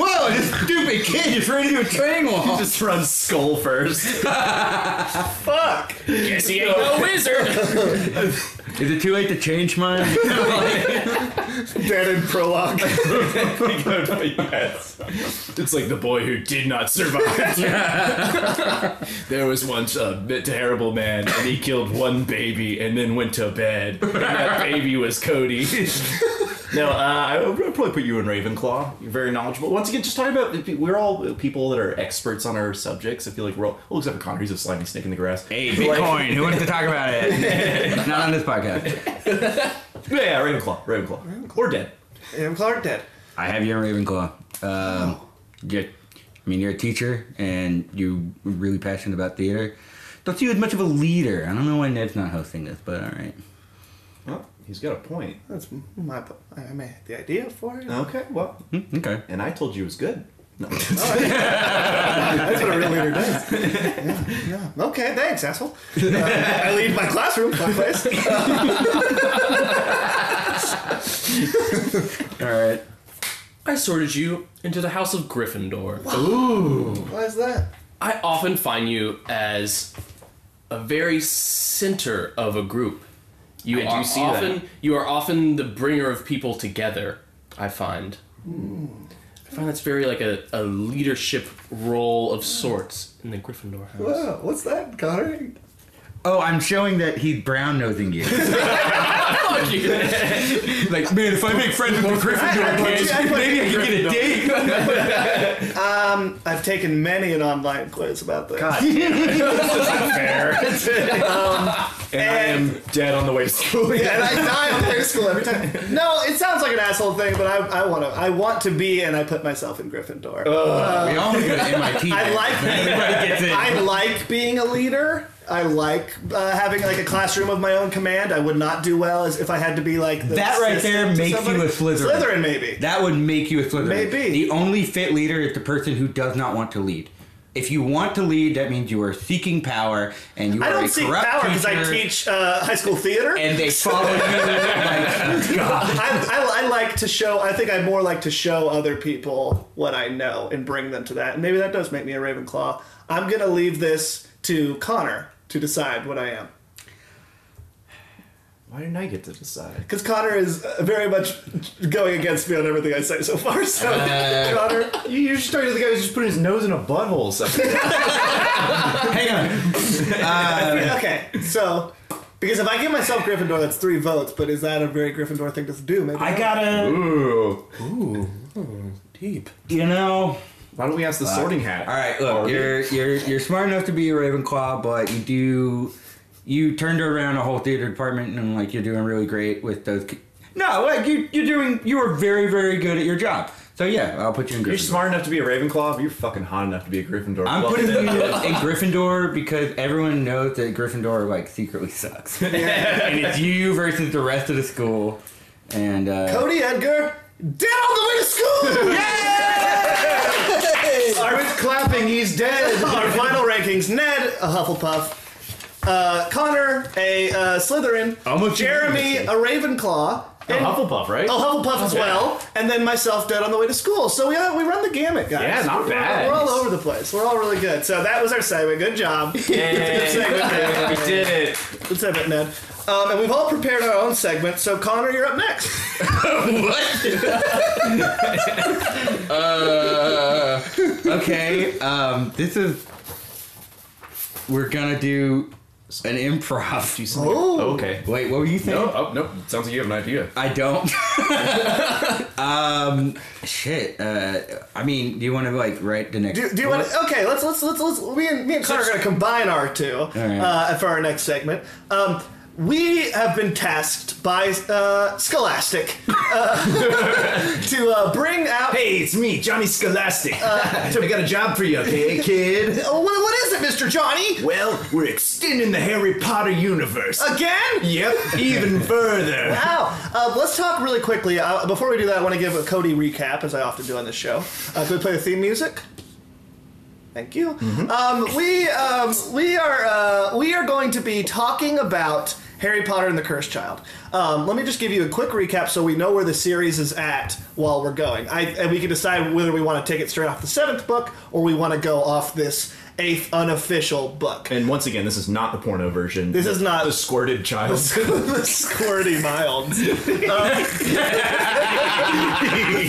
Whoa, this stupid kid just ran into a train wall. Just run skull first. Fuck. Guess he ain't no wizard. Is it too late to change mine? Dead in prologue. yes. It's like the boy who did not survive. there was once a bit terrible man, and he killed one baby and then went to bed. And that baby was Cody. no, uh, I would probably put you in Ravenclaw. You're very knowledgeable. Once again, just talking about we're all people that are experts on our subjects. I feel like we're all well, except for Connor, he's a slimy snake in the grass. hey, Bitcoin. Who wants to talk about it? Not on this podcast. Yeah, yeah, Ravenclaw, Ravenclaw, or dead. Am Clark dead. I have you in Ravenclaw. Um, Oh. you're, I mean, you're a teacher and you're really passionate about theater. Don't see you as much of a leader. I don't know why Ned's not hosting this, but all right. Well, he's got a point. That's my. I mean, the idea for it. Okay, well, Hmm, Okay. and I told you it was good. No, That's what a real leader does. Yeah, yeah. Okay, thanks, asshole. Uh, I leave my classroom, my place. All right. I sorted you into the House of Gryffindor. Why is that? I often find you as a very center of a group. You do are see that. often you are often the bringer of people together. I find. Hmm. I find that's very like a, a leadership role of sorts in the Gryffindor house. Whoa, Oh, what's that, Connor? Oh, I'm showing that he's brown nosing you. Fuck you! like, man, if I make friends with the Gryffindor kids, maybe I can get a date. Um, I've taken many an online quiz about this. God, And I am dead on the way to school. yeah, and I die on high school every time. No, it sounds like an asshole thing, but I, I want to. I want to be, and I put myself in Gryffindor. Oh We all go to MIT. I like Everybody gets in. I like being a leader. I like uh, having like a classroom of my own command. I would not do well as if I had to be like the That right there assistant to makes you somebody. a Slytherin. Slytherin, maybe. That would make you a Slytherin. Maybe. The only fit leader is the person who does not want to lead. If you want to lead, that means you are seeking power and you I are don't a seek corrupt power because I teacher, teach uh, high school theater. And they follow you. like, God. I, I, I like to show. I think I more like to show other people what I know and bring them to that. And maybe that does make me a Ravenclaw. I'm gonna leave this to Connor to decide what I am, why didn't I get to decide? because Connor is uh, very much going against me on everything I say so far. So Uh, Connor, You- You're just talking to the guy who's just putting his nose in a butthole. Something. Hang on. okay, so. Because if I give myself Gryffindor, that's three votes. But is that a very Gryffindor thing to do? Maybe I not. gotta, Ooh. you know. Why don't we ask the Sorting Hat? All right, look, you're you're you're smart enough to be a Ravenclaw, but you do you turned around a whole theater department and like you're doing really great with those. ki- No, like you you're doing you are very very good at your job. So yeah, I'll put you in. You're Gryffindor. smart enough to be a Ravenclaw, but you're fucking hot enough to be a Gryffindor. I'm Well, putting you then- in Gryffindor because everyone knows that Gryffindor like secretly sucks, and it's you versus the rest of the school. And uh, Cody Edgar, dead on the way to school. Quit clapping, he's dead. Our final rankings: Ned, a Hufflepuff. Uh, Connor, a uh, Slytherin. Almost Jeremy, a Ravenclaw. Oh, And Hufflepuff, right? a Hufflepuff as well. And then myself, dead on the way to school. So we, uh, we run the gamut, guys. Yeah, not we're, bad. We're all over the place. We're all really good. So that was our segment. Good job. Good segment, Ned. we did it. Good segment, Ned. Um, and we've all prepared our own segment. So Connor, you're up next. okay, um, this is we're gonna do an improv. Oh, Okay. Wait, what were you thinking? Oh, oh, nope. Sounds like you have an idea. I don't. um, shit. Uh, I mean, do you want to like write the next? Do, do you want? to Okay, let's let's let's let's. Me and me and Connor are gonna combine our two right. uh, for our next segment. Um, we have been tasked by uh, Scholastic uh, to uh, bring out. Hey, it's me, Johnny Scholastic. Uh, I got a job for you, okay, kid? Oh, what, what is it, Mr. Johnny? Well, we're extending the Harry Potter universe. Again? Yep, even further. Wow. Uh, let's talk really quickly. Uh, before we do that, I want to give a Cody recap, as I often do on this show. Uh, can we play the theme music? Thank you. Um, we um, we are uh, we are going to be talking about Harry Potter and the Cursed Child. Um, let me just give you a quick recap so we know where the series is at while we're going, I, and we can decide whether we want to take it straight off the seventh book or we want to go off this eighth unofficial book. And once again, this is not the porno version. This is not the squirted child. the squirty mild.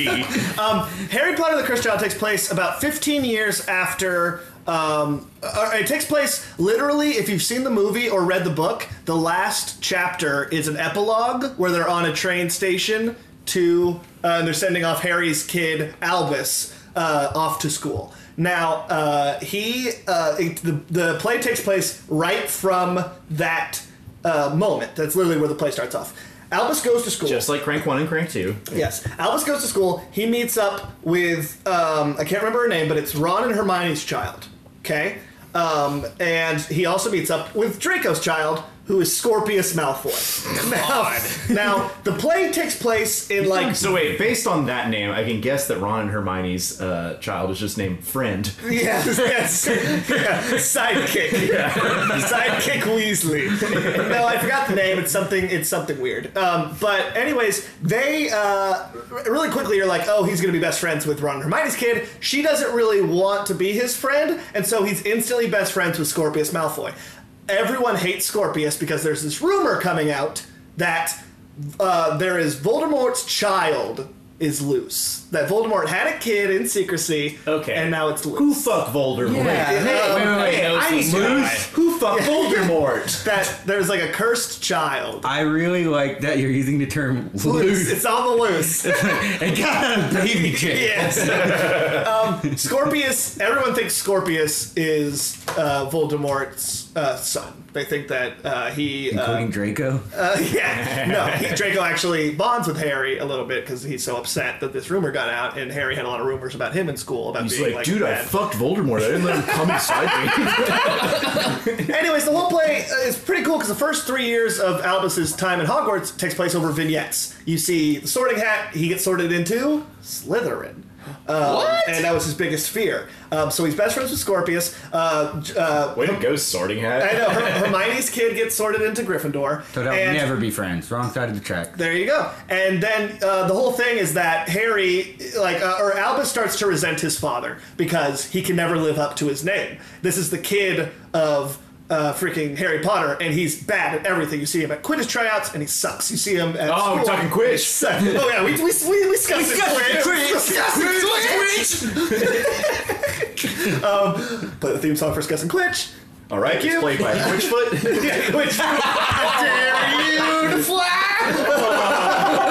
Harry Potter and the Cursed Child takes place about 15 years after. Um, uh, it takes place literally, if you've seen the movie or read the book, the last chapter is an epilogue where they're on a train station to, uh, and they're sending off Harry's kid, Albus, uh, off to school. Now, uh, he, uh, it, the, the play takes place right from that uh, moment. That's literally where the play starts off. Albus goes to school. Just like Crank 1 and Crank 2. Yes. Albus goes to school. He meets up with, um, I can't remember her name, but it's Ron and Hermione's child. Okay? Um, and he also meets up with Draco's child, who is Scorpius Malfoy. Now, now, the play takes place in like. So wait, based on that name, I can guess that Ron and Hermione's uh, child is just named Friend. Yes, yes. Yeah, Sidekick. Sidekick Weasley. no, I forgot the name. It's something. It's something weird. Um, but anyways, they uh, r- really quickly are like, oh, he's gonna be best friends with Ron and Hermione's kid. She doesn't really want to be his friend, and so he's instantly best friends with Scorpius Malfoy. Everyone hates Scorpius because there's this rumor coming out that uh, there is Voldemort's child is loose. That Voldemort had a kid in secrecy. Okay. And now it's loose. Who fuck Voldemort? Yeah. Hey, wait, wait, wait. Hey, I need to Loose. know. Who fuck Voldemort? that there's like a cursed child. I really like that you're using the term Loose. loose. It's on the loose. it got a baby chick. yes. um, Scorpius. Everyone thinks Scorpius is uh, Voldemort's uh, son. They think that uh, he. Uh, Including Draco. uh, yeah. No. He, Draco actually bonds with Harry a little bit because he's so upset that this rumor got out, and Harry had a lot of rumors about him in school about He's being like, like, dude, I bad." fucked Voldemort. I didn't let him come inside me. Anyways, the whole play uh, is pretty cool because the first three years of Albus's time in Hogwarts takes place over vignettes. You see the Sorting Hat; he gets sorted into Slytherin. Um, What? And that was his biggest fear. Um, so he's best friends with Scorpius. Uh, j- uh, Way to go, Sorting Hat. I know Her- Hermione's kid gets sorted into Gryffindor. So they'll and never be friends. Wrong side of the track. There you go. And then uh, the whole thing is that Harry, like, uh, or Albus starts to resent his father because he can never live up to his name. This is the kid of uh, freaking Harry Potter, and he's bad at everything. You see him at Quidditch tryouts, and he sucks. You see him at. Oh, we're school. talking Quidditch. He sucks. Oh, yeah, we, we, we, we discussed it. Quidditch. Discussed it. Quidditch. Play the theme song for Scuss and Quidditch. All right, Thank it's you. played by Switchfoot. Which I dare you to fly.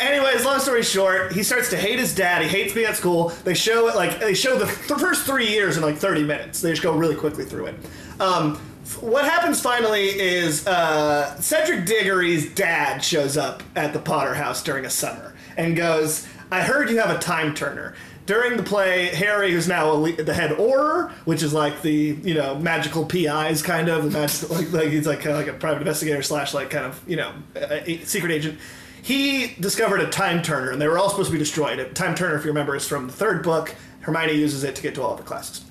Anyways, long story short, he starts to hate his dad. He hates being at school. They show it like they show the, the first three years in like thirty minutes. They just go really quickly through it. Um, f- what happens finally is uh, Cedric Diggory's dad shows up at the Potter house during a summer and goes, "I heard you have a time turner." During the play, Harry, who's now a le- the head orer, which is like the you know magical PIs kind of, the magic- like, like he's like kind of like a private investigator slash like kind of you know a, a secret agent he discovered a time turner, and they were all supposed to be destroyed. A time turner, if you remember, is from the third book. Hermione uses it to get to all of her classes.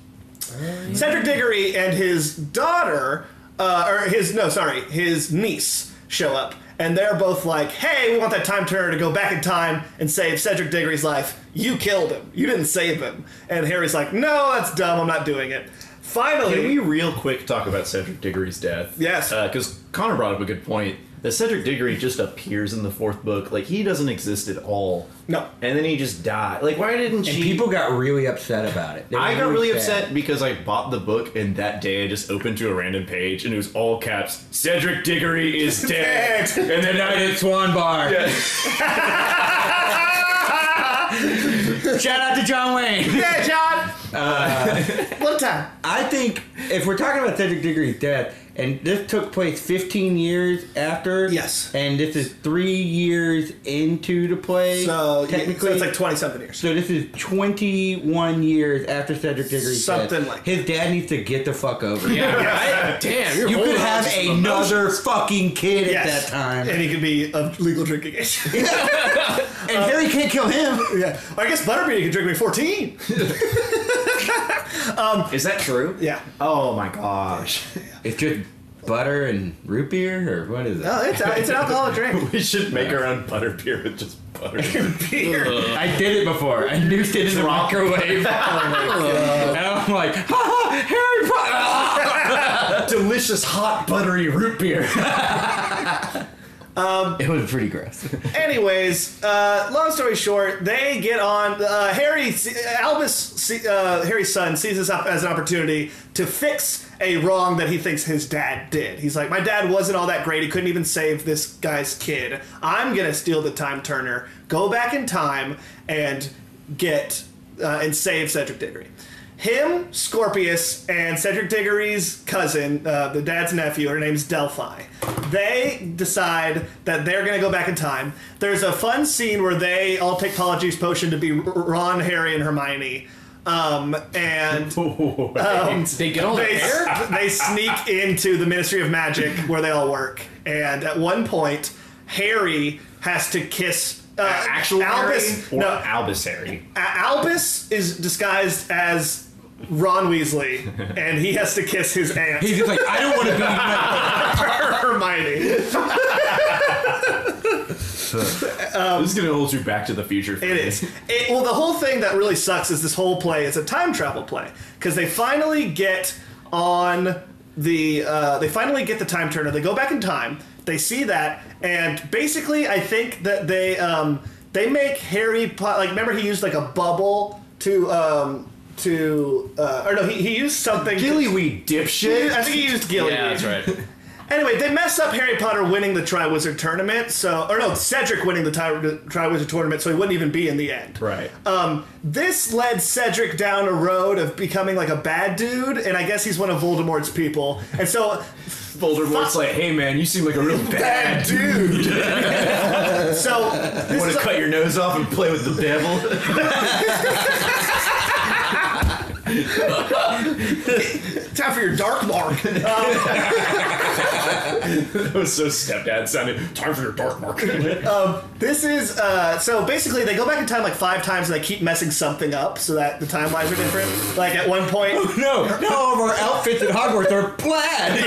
Cedric Diggory and his daughter, uh, or his no, sorry, his niece show up, and they're both like, "Hey, we want that time turner to go back in time and save Cedric Diggory's life. You killed him. You didn't save him." And Harry's like, "No, that's dumb. I'm not doing it." Finally, Can we real quick talk about Cedric Diggory's death? Yes. Because Connor brought up a good point. That Cedric Diggory just appears in the fourth book. Like, he doesn't exist at all. No. And then he just died. Like, why didn't And she... people got really upset about it. They were I got really sad. upset because I bought the book and that day I just opened to a random page and it was all caps Cedric Diggory is dead. Dead. and then I At just Swan Bar. Shout out to John Wayne. yeah, John. One time. I think if we're talking about Cedric Diggory's death, and this took place 15 years after, Yes. and this is three years into the play. So technically, so it's like twenty something years. So this is 21 years after Cedric Diggory's death. Something like- his dad needs to get the fuck over. it. Yeah, Um, right? Damn, you're You holding could on have to some emotion. another fucking kid Yes. at that time, and he could be of legal drinking age. and uh, Harry can't kill him. yeah, I guess Butterbean he could drink when he's fourteen. Um, Is that true? Yeah. Oh my gosh. It's just butter and root beer, or what is it? No, it's a, it's an alcoholic drink. We should make our own butter beer with just butter. Beer. I did it before. I nuked it in the microwave. and I'm like, ha ha, Harry Potter. Ah! Delicious hot buttery root beer. It was pretty gross. Anyways, uh, long story short, they get on. Uh, Harry se- Albus, se- uh, Harry's son, sees this up as an opportunity to fix a wrong that he thinks his dad did. He's like, my dad wasn't all that great. He couldn't even save this guy's kid. I'm gonna steal the time turner, go back in time, and get uh, and save Cedric Diggory. Him, Scorpius, and Cedric Diggory's cousin, uh, the dad's nephew, her name's Delphi. They decide that they're going to go back in time. There's a fun scene where they all take Paula G's potion to be R- Ron, Harry, and Hermione. Um, and They get all the they, hair? they sneak into the Ministry of Magic where they all work. And at one point, Harry has to kiss uh, Actual Albus. Harry or no, Albusary. Al- Albus is disguised as Ron Weasley, and he has to kiss his aunt He's just like, I don't want to be. Like, Hermione. this is gonna hold you back to the future. For Um, It is. It, well, the whole thing that really sucks is this whole play. It's a time travel play because they finally get on the. Uh, they finally get the time turner. They go back in time. They see that, and basically, I think that they um, they make Harry Potter. Like, remember he used like a bubble to. Um, to uh, or no, he, he used something. Gillyweed dipshit. I think he used Gilly. Yeah, that's right. Anyway, they mess up Harry Potter winning the Triwizard Tournament, so or no, Cedric winning the Tri- Triwizard Tournament, so he wouldn't even be in the end. Right. Um, this led Cedric down a road of becoming like a bad dude, and I guess he's one of Voldemort's people. And so, Voldemort's like, hey man, you seem like a real bad dude. so this Want is to cut your nose off and play with the devil? time for your dark mark. that was so stepdad sounding. Time for your dark market. This is uh, so basically they go back in time like five times and they keep messing something up so that the timelines are different. Like at one point, no, no, all of our outfits at Hogwarts are plaid.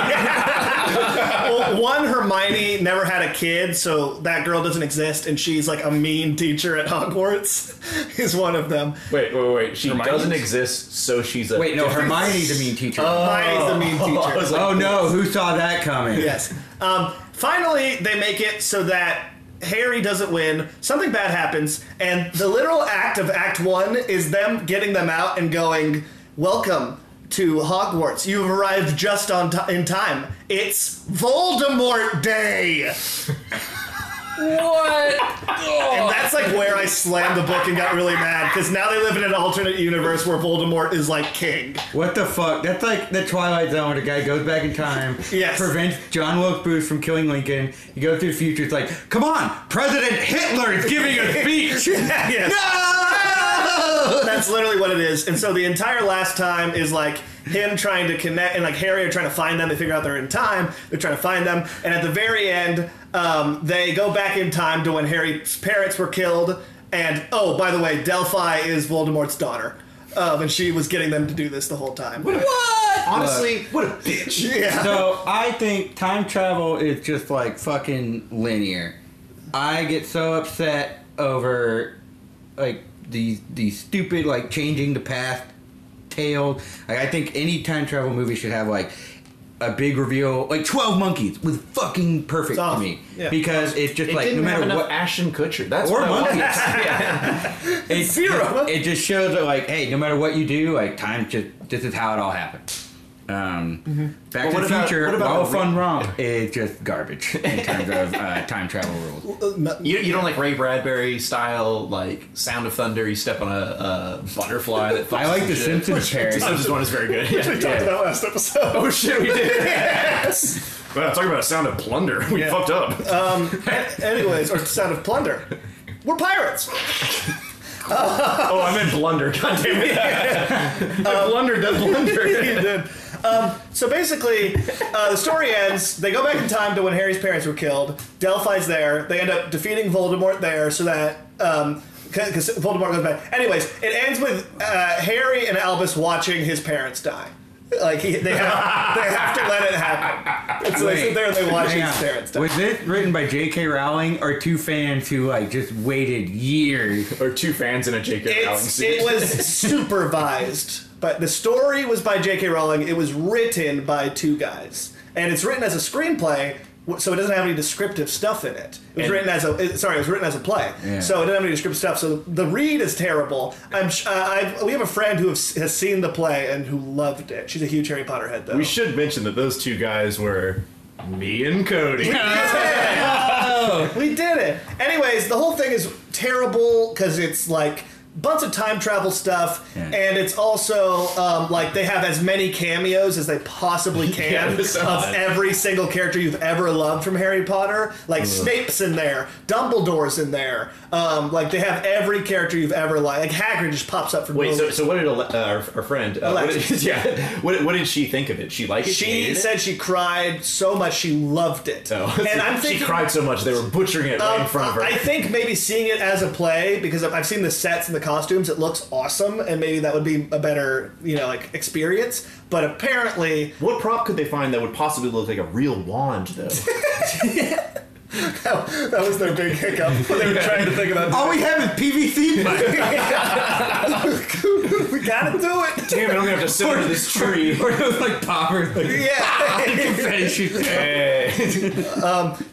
well, one Hermione never had a kid, so that girl doesn't exist, and she's like a mean teacher at Hogwarts. Is one of them. wait, wait, wait. She Hermione's? doesn't exist, so she's a. Wait, no, Hermione's a mean teacher. Hermione's the mean teacher. Uh, oh no, who saw that coming? Yes. Um, finally, they make it so that Harry doesn't win. Something bad happens, and the literal act of Act One is them getting them out and going, "Welcome." To Hogwarts, you have arrived just on ti in time. It's Voldemort Day. What? And that's like where I slammed the book and got really mad because now they live in an alternate universe where Voldemort is like king. What the fuck? That's like the Twilight Zone where the guy goes back in time, Yes. prevents John Wilkes Booth from killing Lincoln. You go through the future, it's like, come on, President Hitler is giving a speech. Yes. no! That's literally what it is. And so the entire last time is like him trying to connect, and like Harry are trying to find them. They figure out they're in time. They're trying to find them, and at the very end, um, they go back in time to when Harry's parents were killed. And oh, by the way, Delphi is Voldemort's daughter, um, and she was getting them to do this the whole time. Honestly, what a bitch. Yeah. So I think time travel is just like fucking linear. I get so upset over like these these stupid like changing the past tales. Like I think any time travel movie should have like a big reveal. Like Twelve Monkeys was fucking perfect Oh, to me yeah. because it's just It like no didn't have matter enough what Ashton Kutcher. That's Or what I wanted. monkeys. yeah. it, Zero. It just shows that like hey, no matter what you do, like time just this is how it all happened. Um, Back to what the about- Future, what about Wow the Fun Romp is just garbage in terms of uh, time travel rules. You, you don't like Ray Bradbury style, like Sound of Thunder. You step on a, a butterfly that. I like the Simpsons The parody. Simpsons one is very good. Yeah. We talked about last episode. Oh shit, we did. Wow, talking about Uh, a sound of plunder. We Yeah. fucked up. Anyways, or sound of plunder. We're pirates. oh, I meant blunder. God damn it. Um, I blundered that blunder. You did. Um, so basically, uh, the story ends. They go back in time to when Harry's parents were killed. Delphi's there. They end up defeating Voldemort there, so that because Voldemort goes back. Anyways, it ends with uh, Harry and Albus watching his parents die. Like he, they, have, they have to let it happen. It's like Wait. sit there and they watch Hang his on. parents die. Was this written by J.K. Rowling or two fans who like just waited years? Or two fans in a J.K. Rowling It's, suit. it was supervised, but the story was by J.K. Rowling. It was written by two guys, and it's written as a screenplay, wh- so it doesn't have any descriptive stuff in it. It was And- written as a it- sorry, it was written as a play, Yeah. so it doesn't have any descriptive stuff. So the read is terrible. I'm sh- uh, I've, we have a friend who have, s- has seen the play and who loved it. She's a huge Harry Potter head, though. We should mention that those two guys were me and Cody. We did it. Anyways, the whole thing is terrible because it's like bunch of time travel stuff, Yeah. and it's also um, like they have as many cameos as they possibly can Yeah, of that's odd. every single character you've ever loved from Harry Potter. Like Snape's in there, Dumbledore's in there. Um, like they have every character you've ever liked. Like Hagrid just pops up from Wait, so, nowhere. so what did Ale- uh, our, our friend, uh, what Alexis. did, yeah, what, what did she think of it? She liked it? she hated it? said she cried so much she loved it. Oh. and I'm thinking Uh, she cried so much they were butchering it right in front of her. I think maybe seeing it as a play because I've I've seen the sets and the costumes. It looks awesome, and maybe that would be a better you know like experience. But apparently, what prop could they find that would possibly look like a real wand, though? that was their big hiccup. when They were trying to think about. Oh, All we have is PVC pipe. we gotta do it. Damn it, I'm gonna have to sit under this tree. or those like poppers. Like, Yeah. confetti shoots.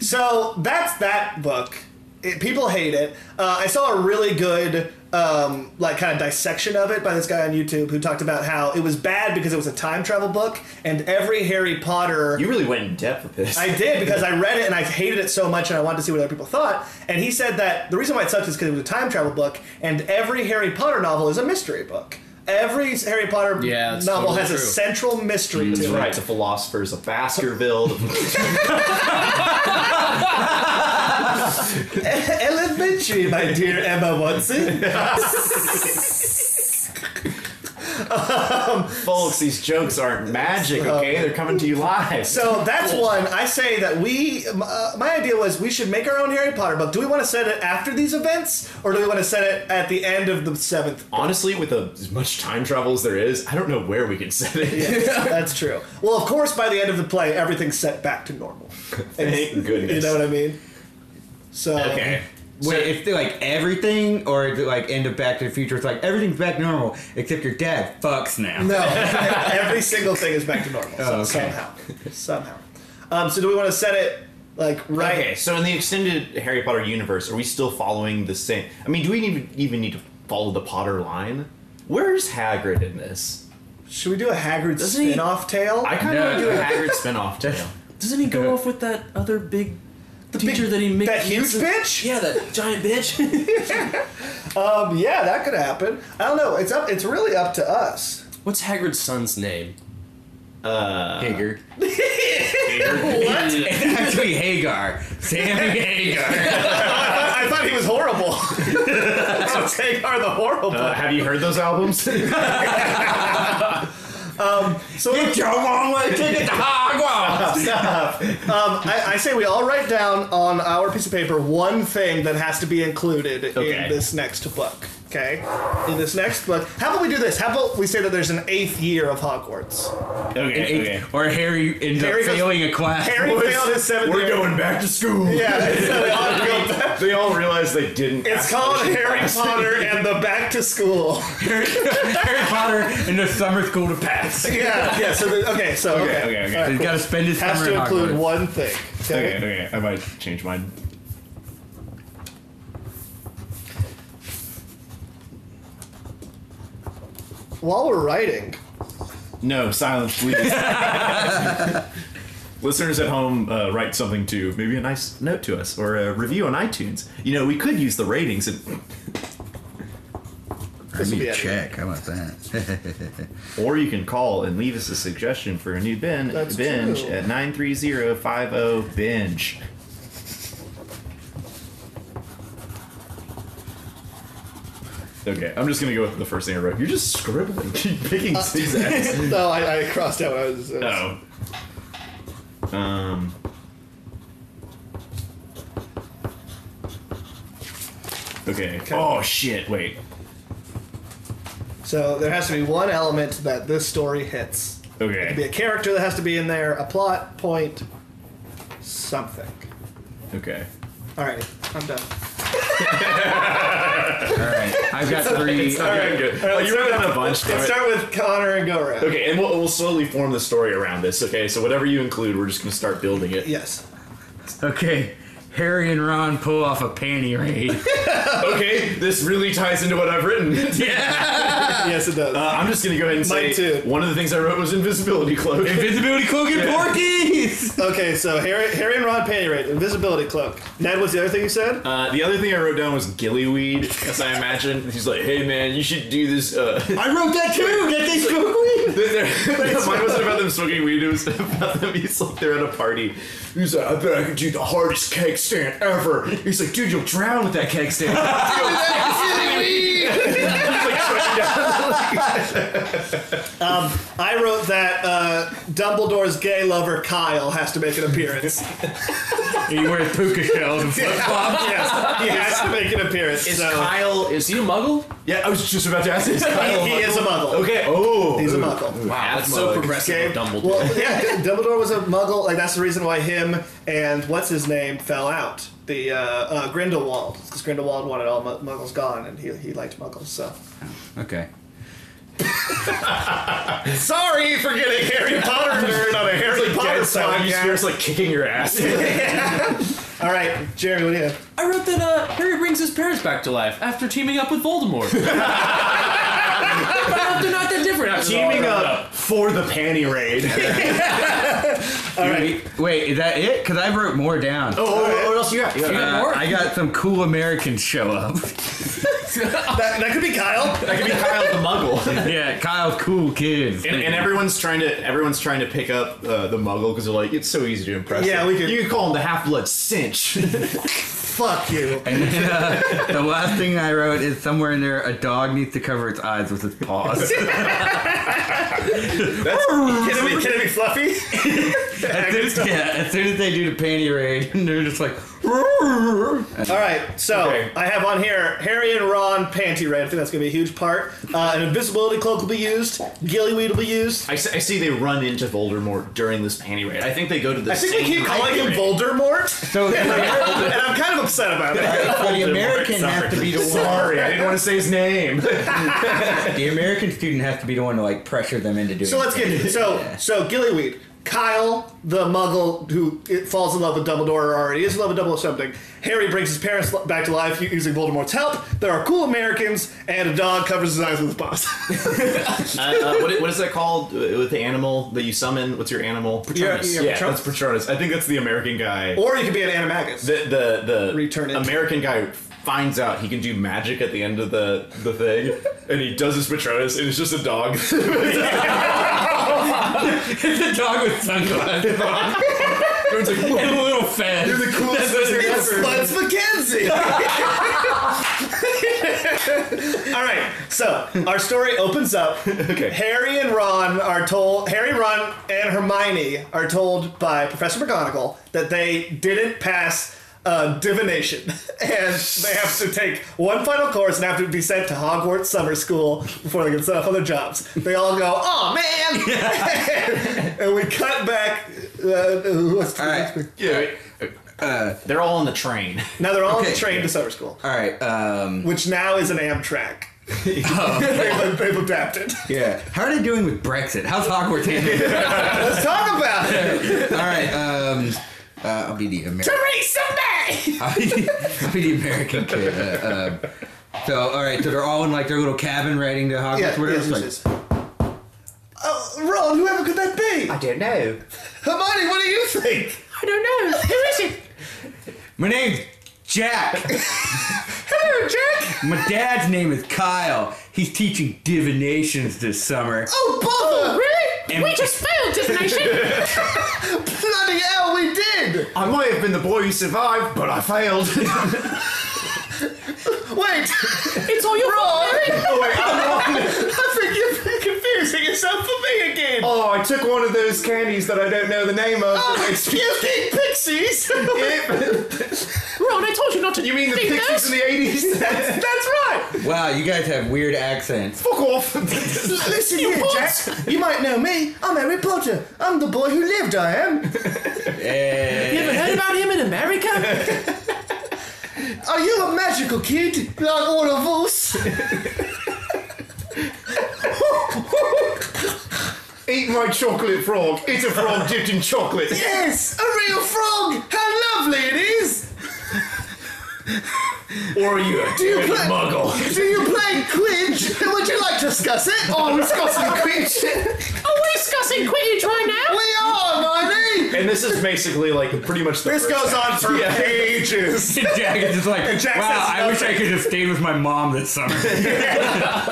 So that's that book. It, people hate it. Uh, I saw a really good um, like kind of dissection of it by this guy on YouTube who talked about how it was bad because it was a time travel book and every Harry Potter. You really went in depth with this. I did because I read it and I hated it so much and I wanted to see what other people thought. And he said that the reason why it sucked is because it was a time travel book and every Harry Potter novel is a mystery book. Every Harry Potter Yeah, that's novel totally has a true. central mystery That's to Mm, right, it. the philosophers of Baskerville. the- Elementary, my dear Emma Watson. folks, these jokes aren't magic, okay? They're coming to you live. So that's one. I say that we. Uh, my idea was we should make our own Harry Potter book. Do we want to set it after these events, or do we want to set it at the end of the seventh Honestly, with a, as much time travel as there is, I don't know where we could set it. That's true. Well, of course, by the end of the play, everything's set back to normal. Thank goodness. You know what I mean? So Okay. Wait, if they like everything, or is it like end of Back to the Future? It's like everything's back normal except your dad fucks now. no, every single thing is back to normal so- Oh, okay. somehow. Somehow. Um, so do we want to set it like right? Okay, so in the extended Harry Potter universe, are we still following the same? I mean, do we even even need to follow the Potter line? Where's Hagrid in this? Should we do a Hagrid Doesn't he- spin-off tale? I kind of No. want to do a Hagrid spinoff tale. Doesn't he go off with that other big teacher that he makes? that huge bitch? Yeah, that giant bitch. Um, yeah, that could happen. I don't know. It's up. It's really up to us. What's Hagrid's son's name? Hagar. What? Actually, Hagar. Sammy Hagar. I thought he was horrible. so Hagar the horrible. Uh, have you heard those albums? so Get your one way ticket to Hogwarts. Um, I, I say we all write down on our piece of paper one thing that has to be included Okay. in this next book. Okay, in this next book, how about we do this? How about we say that there's an eighth year of Hogwarts? okay, okay. Or Harry ends Harry up goes- failing a class. Harry failed his seventh We're year. going back to school. Yeah, so they all have to go back. They all realized they didn't. it's ask called questions. Harry Potter and the Back to School. Harry Potter in the summer school to pass. Yeah, yeah. So the, okay, so okay, Okay, okay, okay. All right, He's cool. got to spend his has summer to in include Hogwarts. one thing. Okay, okay. I might change mine. While we're writing, No, silence, please. Listeners at home, uh, write something to maybe a nice note to us or a review on iTunes. You know, we could use the ratings. And, I will need be a out of here. check. How about that? or you can call and leave us a suggestion for a new bin, That's binge true. at 93050 binge. Okay, I'm just gonna go with the first thing I wrote. You're just scribbling, keep picking Uh, zigzags. no, I, I crossed out. I was, I was- Oh. Um. Okay. Oh shit! Wait. So there has to be one element that this story hits. It could be a Okay. character that has to be in there, a plot point, something. Okay. All right, I'm done. All right, I've got three. All right. Good. Oh, you wrote down a bunch. damn Let's it. start with Connor and Gora. Okay, and we'll, we'll slowly form the story around this. Okay, so whatever you include, we're just gonna start building it. Yes. Okay, Harry and Ron pull off a panty raid. Okay, this really ties into what I've written. yes, it does. Uh, I'm just gonna go ahead and say Mine too. one of the things I wrote was invisibility cloak. Invisibility cloak and porkies. okay, so Harry, Harry and Ron panty raid, invisibility cloak. Ned, what's the other thing you said? Uh, the other thing I wrote down was gillyweed, as I imagine. He's like, hey man, you should do this. Uh, I wrote that too. That they smoke weed. They're- they're- Mine wasn't about them smoking weed. It was about them. He's like, they're at a party. He's like, I bet I could do the hardest keg stand ever. He's like, dude, you'll drown with that keg stand. I wrote that uh, Dumbledore's gay lover Kyle has to make an appearance. He wears puka shells and flip flops. yes, he has to make an appearance. Is so Kyle? Is Is he a muggle? yeah? I was just about to ask. Is Kyle? he, he is a muggle. Okay. Oh, He's a muggle. Wow, that's so progressive Okay. of Dumbledore. Well, yeah, Dumbledore was a muggle. Like that's the reason why him and what's his name fell out. The uh, uh, Grindelwald, because Grindelwald wanted all mu- muggles gone, and he, he liked muggles. So Okay. Sorry for getting Harry Potter nerd on a Harry Potter You podcast. just hear us, like kicking your ass. all right, Jeremy, what do you have? I wrote that uh, Harry brings his parents back to life after teaming up with Voldemort. but they're not that different. After Teaming all. up for the panty raid. Wait, wait, is that it? Because I wrote more down. Oh, what- what else you got? Uh, more? I got some cool Americans show up. That, that could be Kyle. That could be Kyle the Muggle. yeah, Kyle's cool kids. And, and everyone's trying to everyone's trying to pick up uh, the Muggle because they're like it's so easy to impress. Yeah, them. we could- You can call him the Half Blood Cinch. Fuck you. And, uh, the last thing I wrote is somewhere in there, a dog needs to cover its eyes with its paws. Can it be, can it be Fluffy? as, soon as, yeah, as soon as they do the panty raid, and they're just like, "Roar." All right, so Okay. I have on here Harry and Ron panty raid. I think that's going to be a huge part. Uh, an invisibility cloak will be used. Gillyweed will be used. I, see, I see they run into Voldemort during this panty raid. I think they go to the. I think they same keep calling panty him raid. Voldemort, so the, and I'm kind of upset about that. so the American has to be the one. Sorry, I didn't want to say his name. The American student has to be the one to like pressure them into doing. So let's get so so Gillyweed. Kyle, the Muggle who it falls in love with Dumbledore or already is in love with Dumbledore or something. Harry brings his parents li- back to life u- using Voldemort's help. There are cool Americans, and a dog covers his eyes with his paws. uh, uh, what, what is that called uh, with the animal that you summon? What's your animal? Patronus. Yeah, Yeah, yeah, Patronus. that's Patronus. I think that's the American guy. or you could be an animagus. the the, the Return it. American guy finds out he can do magic at the end of the the thing, and he does his Patronus, and it's just a dog. the dog with sunglasses on. and a little fan. You're the coolest It's Spuds McKenzie. All right, so our story opens up. Okay. Harry and Ron are told. Harry, Ron, and Hermione are told by Professor McGonagall that they didn't pass. Uh, divination, and they have to take one final course and have to be sent to Hogwarts summer school before they can set up other jobs. They all go, "Oh man!" and we cut back. Uh, who wants to- All right. yeah, they're all on the train. Now they're all on the Okay. train to summer school. All right. Um, which now is an Amtrak. they've, they've adapted. Oh. yeah. How are they doing with Brexit? How's Hogwarts handling it? Let's talk about it. All right. Um, uh, I'll be the American. Theresa May. I'll be, I'll be the American kid. Uh, um, so all right. So they're all in like their little cabin, writing to Hogwarts. Yeah, whatever. yes, It's yes, like, yes. Oh, Ron, whoever could that be? I don't know. Hermione, what do you think? I don't know. Who is it? My name's Jack. Hello, Jack. My dad's name is Kyle. He's teaching divinations this summer. Oh, bother! Really? And- we just failed, divination. Bloody hell, we did! I might have been the boy who survived, but I failed. Wait, it's all your fault. Harry. oh, wait, I'm wrong. I think you're confusing yourself for me again. Oh, I took one of those candies that I don't know the name of. Oh, It's- you think pixies? Ron, I told you not to. you mean the think pictures in those? the 80s? That's, that's right. Wow, you guys have weird accents. Fuck off. Listen here, Jack. You might know me. I'm Harry Potter. I'm the boy who lived, I am. You ever heard about him in America? Are you a magical kid? Like all of us? Eat my chocolate frog. It's a frog dipped in chocolate. Yes, a real frog. How lovely it is. Or are you a Do you dirty play- muggle? Do you play Quidditch? Would you like to discuss it? Oh, I'm discussing Quidditch. Are we discussing Quidditch right now? We are, Hermione. And this is basically like pretty much the This first goes on for Yeah. ages. Jack is just like, Jack wow, says I wish I could have stayed with my mom this summer.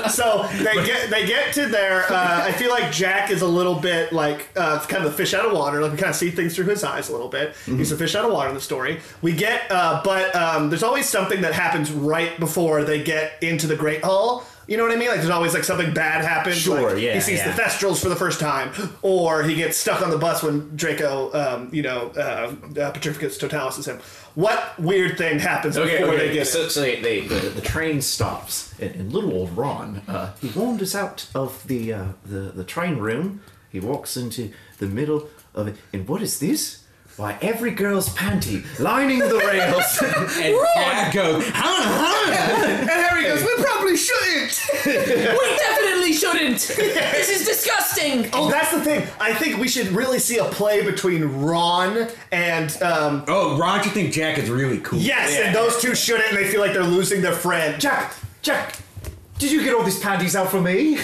So they get they get to their. Uh, I feel like Jack is a little bit like uh, kind of the fish out of water. Like we kind of see things through his eyes a little bit. Mm-hmm. He's the fish out of water in the story. We get, uh, but um, there's always something that happens right before they get into the Great Hall. You know what I mean? Like there's always like something bad happens. Sure, Like, yeah, He sees yeah. the Thestrals for the first time, or he gets stuck on the bus when Draco, um, you know, uh, uh, Petrificus Totalis is him. What weird thing happens Okay, before okay. they get? so, it? so they, they, the, the train stops, and, and little old Ron, uh, he warned us out of the, uh, the the train room. He walks into the middle of it, and what is this? Why, every girl's panty lining the rails. And Jack goes, And Harry goes, "We probably shouldn't." We definitely shouldn't. This is disgusting. Oh, that's the thing. I think we should really see a play between Ron and um, oh, Ron, you think Jack is really cool. yes, and those two shouldn't. And they feel like they're losing their friend. Jack, Jack, did you get all these panties out for me?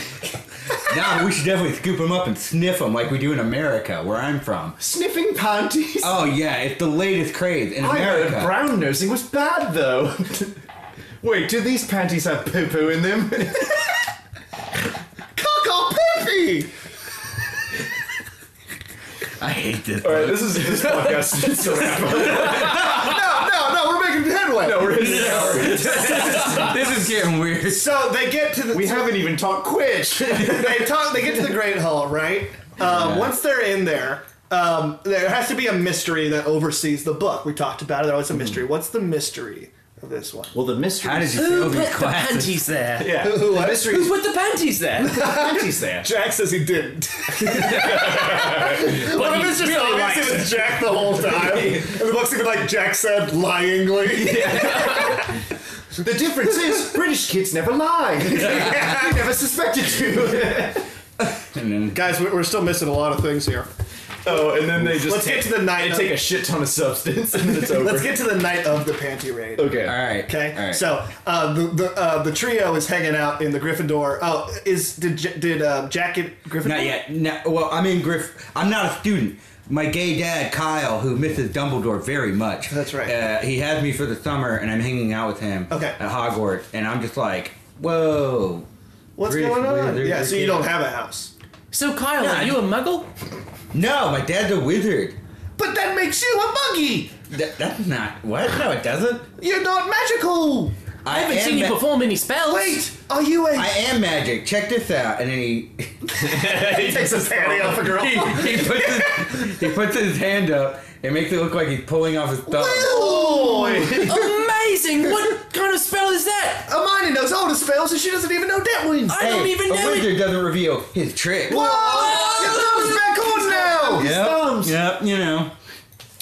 Nah, but we should definitely scoop him up and sniff him like we do in America, where I'm from. Sniffing panties. Oh, yeah, it's the latest craze in I America. heard brown nosing was bad though. Wait, do these panties have poo poo in them? Coco Pippy. I hate this. Alright, this is this podcast. It's a wrap. No, no, no. We're making headway. No, we're in an hour. this is getting weird. So they get to the. We haven't even talked Quidditch. they talk. They get to the Great Hall, right? Um, Once they're in there, um, there has to be a mystery that oversees the book. We talked about it. There was a Mm-hmm. mystery. What's the mystery of this one? well, the mystery. How did you Who fail put these the classes? panties there? Yeah, Who- the what? mystery Who is put the panties there? panties there. Jack says he didn't. what if it's just really obvious it was Jack the whole time? and the book's even like Jack said lyingly. The difference is British kids never lie. I never suspected you. Guys, we- we're still missing a lot of things here. Oh, and then they just Let's take, get to the night. they Of, take a shit ton of substance and then it's over. let's get to the night of the panty raid. okay. All right. Okay, All right. so uh, the the, uh, the trio is hanging out in the Gryffindor. Oh, is did J- did uh, Jack get Gryffindor? Not yet. No, well, I'm in Griff. I'm not a student. My gay dad, Kyle, who misses Dumbledore very much. That's right. Uh, he has me for the summer, and I'm hanging out with him Okay. at Hogwarts, and I'm just like, whoa. What's Really? going on? They're- yeah, they're so you gay. don't have a house, So, Kyle, Nah, are you a muggle? No, my dad's a wizard. but that makes you a muggy. That, that's not what. No, it doesn't. You're not magical. I, I haven't am seen you ma- perform any spells. Wait, are you a? I am magic. Check this out. And then he he takes his panty off a girl. he, he puts his, he puts his hand up and makes it look like he's pulling off his thumb. Boy, Amazing! What kind of spell is that? Hermione knows all the spells and she doesn't even know Detwin. I don't even a know it. wizard doesn't reveal his trick. Whoa! Your thumb's back on now. Yep. Yep, you know.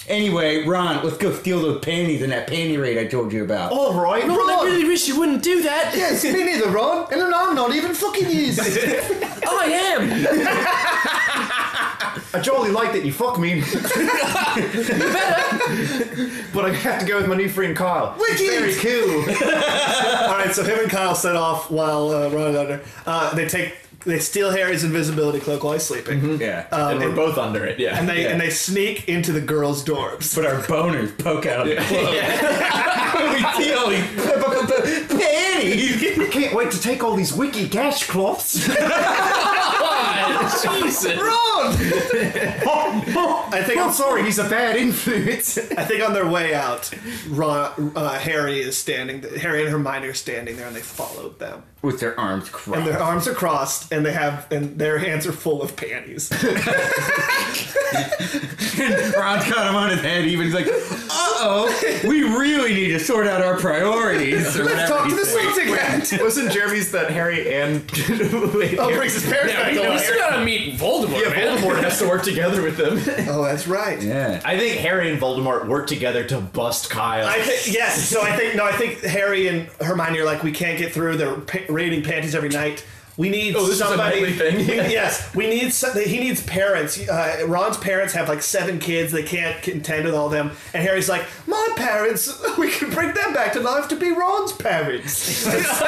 Anyway, Ron, let's go steal those panties in that panty raid I told you Oh, about. All right, Ron, I Ron. really wish you wouldn't do that. Yes, me neither, Ron. And I'm not even fucking used. I am. I jolly like that you fuck me, You better. but I have to go with my new friend Kyle. Very cool. All right, so him and Kyle set off while uh, Ron and Under. Uh, they take they steal Harry's invisibility cloak while he's sleeping, Yeah. uh, and we're both under it. Mm-hmm. Yeah. and they Yeah. and they sneak into the girls' dorms. but our boners poke out of the clothes. we feel like, Patty! I can't wait to take all these wiki gash cloths. God, Jesus. I think I'm sorry, he's a bad influence. I think on their way out, Ron, uh, Harry is standing. Harry and Hermione are standing there, and they followed them. With their arms crossed. And their arms are crossed, and they have and their hands are full of panties. Ron's got him on his head even. He's like, uh-oh, we really need to sort out our priorities. Or Let's talk whatever he to the said. sleep exec. Wasn't Jeremy's that Harry and Oh, brings his parents Yeah, back we, to we life. still gotta meet Voldemort, man. Voldemort has to work together with them? Oh, that's right. Yeah. I think Harry and Voldemort work together to bust Kyle. I think yes. So I think no. I think Harry and Hermione are like we can't get through. They're pa- raiding panties every night. We need Oh, this is a somebody. nightly thing? we- yes, we need. So, he needs parents. Uh, Ron's parents have like seven kids. They can't contend with all them. And Harry's like, my parents. We can bring them back to life to be Ron's parents.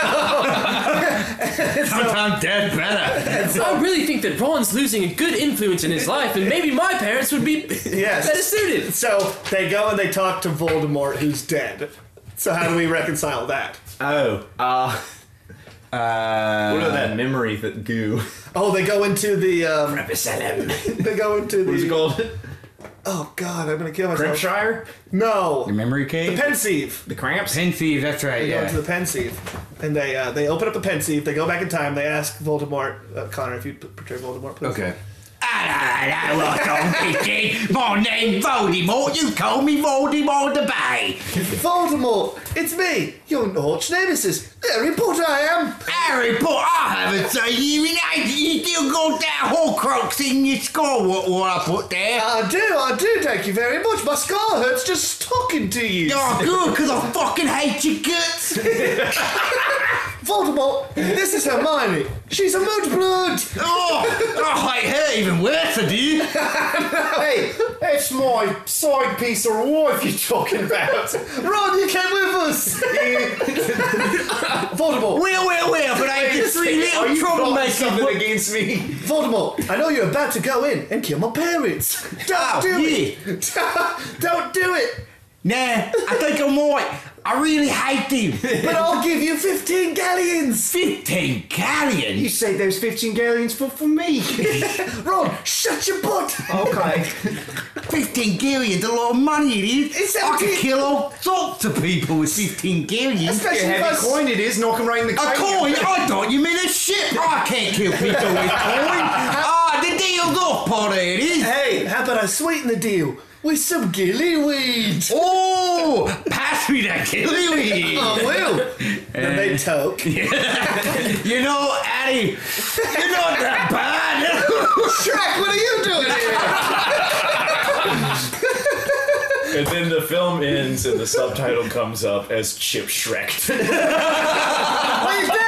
Sometimes dead better. I really think that Ron's losing a good influence in his life, and maybe my parents would be Yes. better suited. so they go and they talk to Voldemort, who's dead. So how do we reconcile that? oh, uh, Uh, what about that memory that goo? Oh, they go into the. Um, they go into the. What is it called? Oh God, I'm gonna kill myself. Shire? No. your memory cave? Pensieve. The cramps? Pensieve, that's right, They go into yeah. the Pensieve, and they uh, they open up the Pensieve. They go back in time. They ask Voldemort, uh, Connor, if you would portray Voldemort, please. Okay. My name Voldemort. You call me Voldemort the Bay. Voldemort, it's me, your arch nemesis, Harry Potter. I am. Harry Potter, I haven't seen you in ages. You still got that Horcrux in your skull, what, what I put there. I do, I do. Thank you very much. My scar hurts just talking to you. Oh, good, because I fucking hate your guts. Voldemort, this is Hermione. She's a mudblood. Oh, I hate her even worse, I do. Hey, That's my side piece or wife you're talking about. Ron, you came with us. Voldemort, Well, well, well, but ain't the three Are little you plotting troublemakers. something what- against me? Voldemort, I know you're about to go in and kill my parents. Don't Oh, do it. Don't do it. Nah, I think I might. I really hate him. But I'll give you 15 galleons. Fifteen galleons. say there's 15 galleons, but for me. Ron, shut your butt. okay. Fifteen gallion's a lot of money, it is. It's I could empty. kill all sorts of people with fifteen galleons. Especially if I Heavy coin it is, knocking around the A coin? I thought you meant a ship. I can't kill people with coin. Ah, the deal's off, Potter, it is. Hey, how about I sweeten the deal with some gillyweed? Oh, pass me that gillyweed. I will. And Oh, they toke. You know, Addy, you're not that bad. Shrek, what are you doing here? And then the film ends and the subtitle comes up as Chip Shrek. He's dead.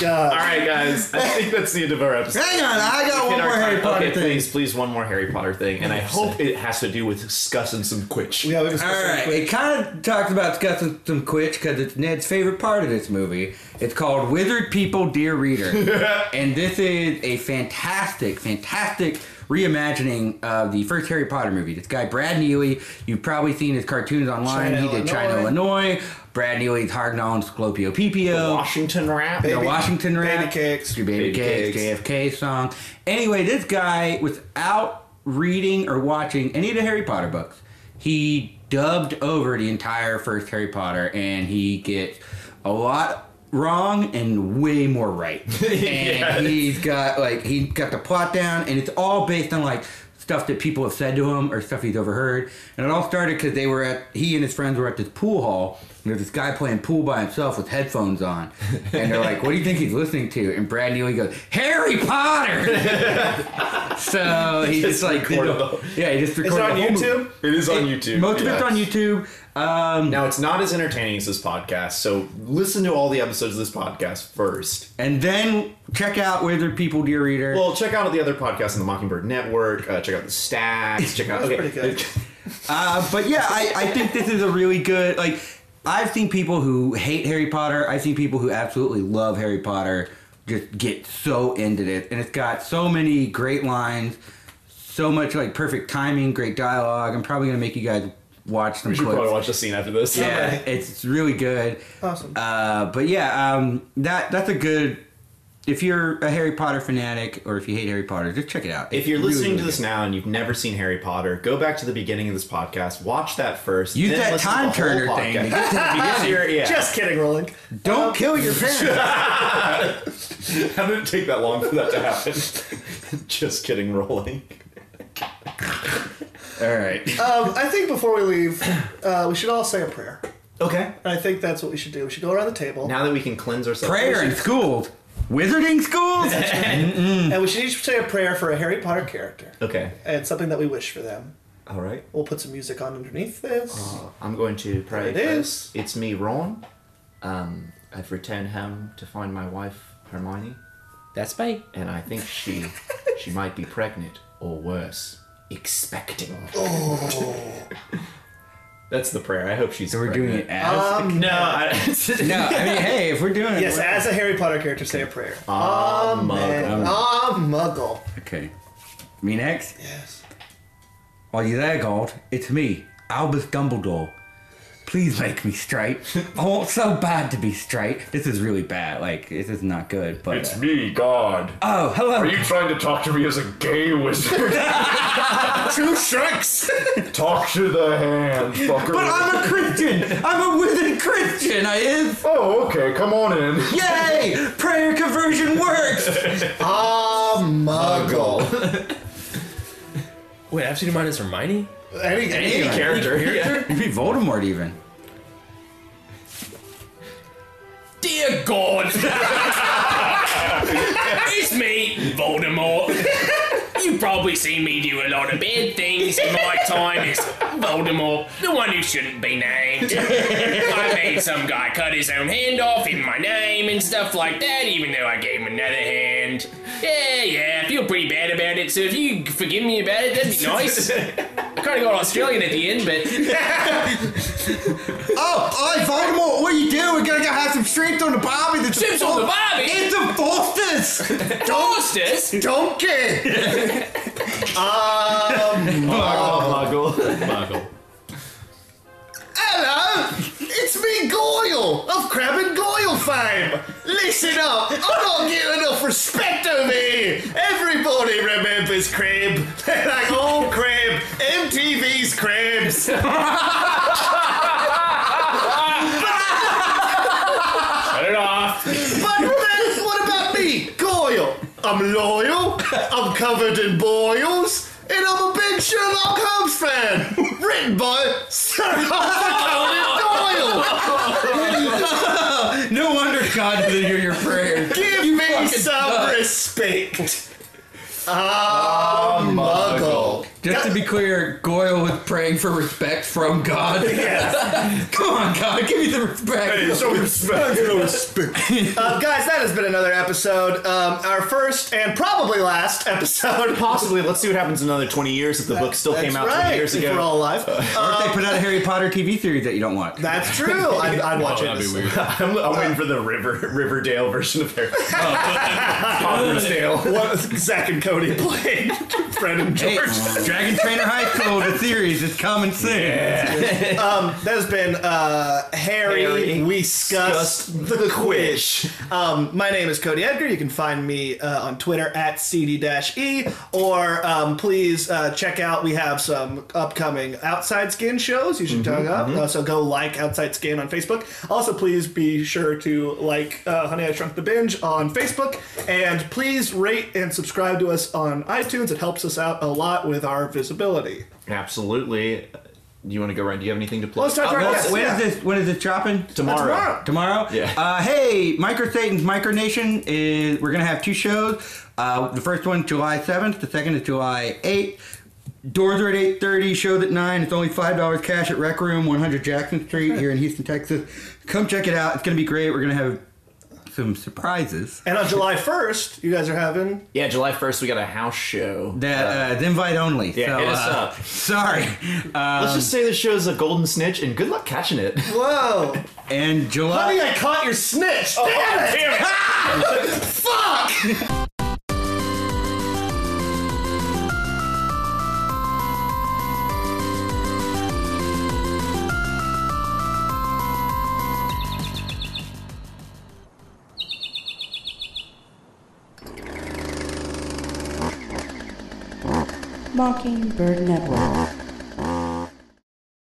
God. All right, guys. I think that's the end of our episode. Hang on, I got one Hit our more Harry time. Potter okay, thing. please, please, one more Harry Potter thing, and I hope it has to do with Scuss and some Quitch. Yeah, we just All right, it kind of talks about discussing some quits because it's Ned's favorite part of this movie. It's called Wizard People, Dear Reader, and this is a fantastic, fantastic reimagining of the first Harry Potter movie. This guy Brad Neely, you've probably seen his cartoons online. China, he did China, Illinois. Brad Neely's Hard Gnomes, Glopio Washington rap. the Washington rap, Baby Cakes. your baby, Baby cakes, JFK song. Anyway, this guy, without reading or watching any of the Harry Potter books, he dubbed over the entire first Harry Potter, and he gets a lot wrong and way more right. and he's got like he got the plot down, and it's all based on like stuff that people have said to him or stuff he's overheard. And it all started because they were at he and his friends were at this pool hall. And there's this guy playing pool by himself with headphones on, and they're like, "What do you think he's listening to?" And Brad Neely goes, "Harry Potter." so he just, like, did recorded the- the- yeah, he just Is it recorded on the whole movie. YouTube? It is on YouTube. Most of it's yeah. on YouTube. Um, Now, it's not as entertaining as this podcast, so listen to all the episodes of this podcast first. and then check out Wizard People, Dear Reader. Well, check out the other podcasts on the Mockingbird Network. Uh, check out the stacks. Check out. That's pretty good. Uh, but yeah, I, I think this is a really good like I've seen people who hate Harry Potter. I've seen people who absolutely love Harry Potter just get so into it. And it's got so many great lines, so much like perfect timing, great dialogue. I'm probably going to make you guys watch some We should clips. probably watch the scene after this. yeah, it's, it's really good. Awesome. Uh, but yeah, um, that that's a good. If you're a Harry Potter fanatic or if you hate Harry Potter, just check it out. If you're It's really, listening to really this now and you've never seen Harry Potter, go back to the beginning of this podcast, watch that first. Use then that listen to the time whole turner thing to podcast. get to the Because you're- yeah. Just kidding, Roland. good. Don't kill your parents. How did it take that long for that to happen? Just kidding, rolling. All right. Um, I think before we leave, uh, we should all say a prayer. Okay. I think that's what we should do. We should go around the table, Now that we can cleanse ourselves. Prayer in schools. Wizarding schools? and we should each say a prayer for a Harry Potter character Okay. and something that we wish for them. All right. We'll put some music on underneath this. I'm going to pray It first. It's me, Ron. Um, I've returned home to find my wife, Hermione, That's me. and I think she she might be pregnant or worse, expecting. Oh. That's the prayer. I hope she's. So we're doing it as. No, I, no, I mean, hey, if we're doing it. yes, as a Harry Potter character, say a prayer. Ah, Amen. mug. Ah, Muggle. Okay. Me next? Yes. Are you there, Gold? It's me, Albus Dumbledore. Please make me straight. I want so bad to be straight. This is really bad. Like, this is not good, but. It's me, God. oh, hello. Are you trying to talk to me as a gay wizard? Two strikes. talk to the hand, fucker. but I'm a Christian! I'm a wizard Christian! I is! oh, okay, come on in. Yay! Prayer conversion works! Ah, Muggle. Wait, I've seen mine as Hermione. Any, any character here. Maybe Voldemort, even. Dear God, it's me, Voldemort. You've probably seen me do a lot of bad things in my time as Voldemort, the one who shouldn't be named. I made some guy cut his own hand off in my name and stuff like that, even though I gave him another hand. Yeah, yeah, I feel pretty bad about it, so if you forgive me about it, that'd be nice. I kind of got Australian at the end, but Oh, oh, Voldemort, what are you doing? We're gonna go have some shrimp on the barbie. The Shrimps on the barbie? It's a Faustus! Faustus! Don't care. Um, oh. Muggle. Hello. It's me, Goyle of Crab and Goyle fame. Listen up. I'm not getting enough respect over here. Everybody remembers Crab. They're like old Crab. MTV's Crabs. Cut it off! But then, what about me, Goyle? I'm loyal, I'm covered in boils, and I'm a big Sherlock Holmes fan. Written by Sir Arthur Conan Doyle. no wonder God didn't hear your prayer. Give me some respect. Ah, muggle. Just to be clear, Goyle was praying for respect from God. Come on, God, give me the respect. Uh, guys, that has been another episode. Um, our first and probably last episode. Possibly. Let's see what happens in another 20 years if the book still came out That's 20 right, years if ago. We're all alive. Uh, They put out a Harry Potter TV series that you don't want. that's true. I'd, I'd watch it. Oh, That'd be weird. Oh, I'm, I'm waiting for the River Riverdale version of Harry Potter. what Zach and Cody played. Fred and Hey, George. Dragon Trainer High School, the series is coming soon. That has been uh, Harry, Harry We Scussed the Quish. Um, my name is Cody Edgar. You can find me uh, on Twitter at CD-E. E, Or um, please uh, check out, we have some upcoming Outside Skin shows you should check out. Uh, so go like Outside Skin on Facebook. Also, please be sure to like uh, Honey, I Shrunk the Binge on Facebook. And please rate and subscribe to us on iTunes. It helps us out a lot with our visibility. Absolutely. Do you want to go around? Do you have anything to play? Let's talk to our When- guests. when Yeah. is this? When is this dropping? Tomorrow. Tomorrow. Tomorrow. Yeah. Uh, hey, Micro Satan's Micro Nation is. We're gonna have two shows. Uh, the first one July seventh. The second is July eighth. Doors are at eight thirty. Shows at nine. It's only five dollars cash at Rec Room, one hundred Jackson Street here in Houston, Texas. Come check it out. It's gonna be great. We're gonna have some surprises. And on July 1st, you guys are having. Yeah, July 1st, we got a house show. That uh, it's invite only. yeah, so, hit us uh, up. Sorry. Uh, Let's just say the show's a golden snitch, and good luck catching it. Whoa! and July. Honey, Oh, I caught your snitch! Oh, Damn it! Fuck! Mockingbird Network.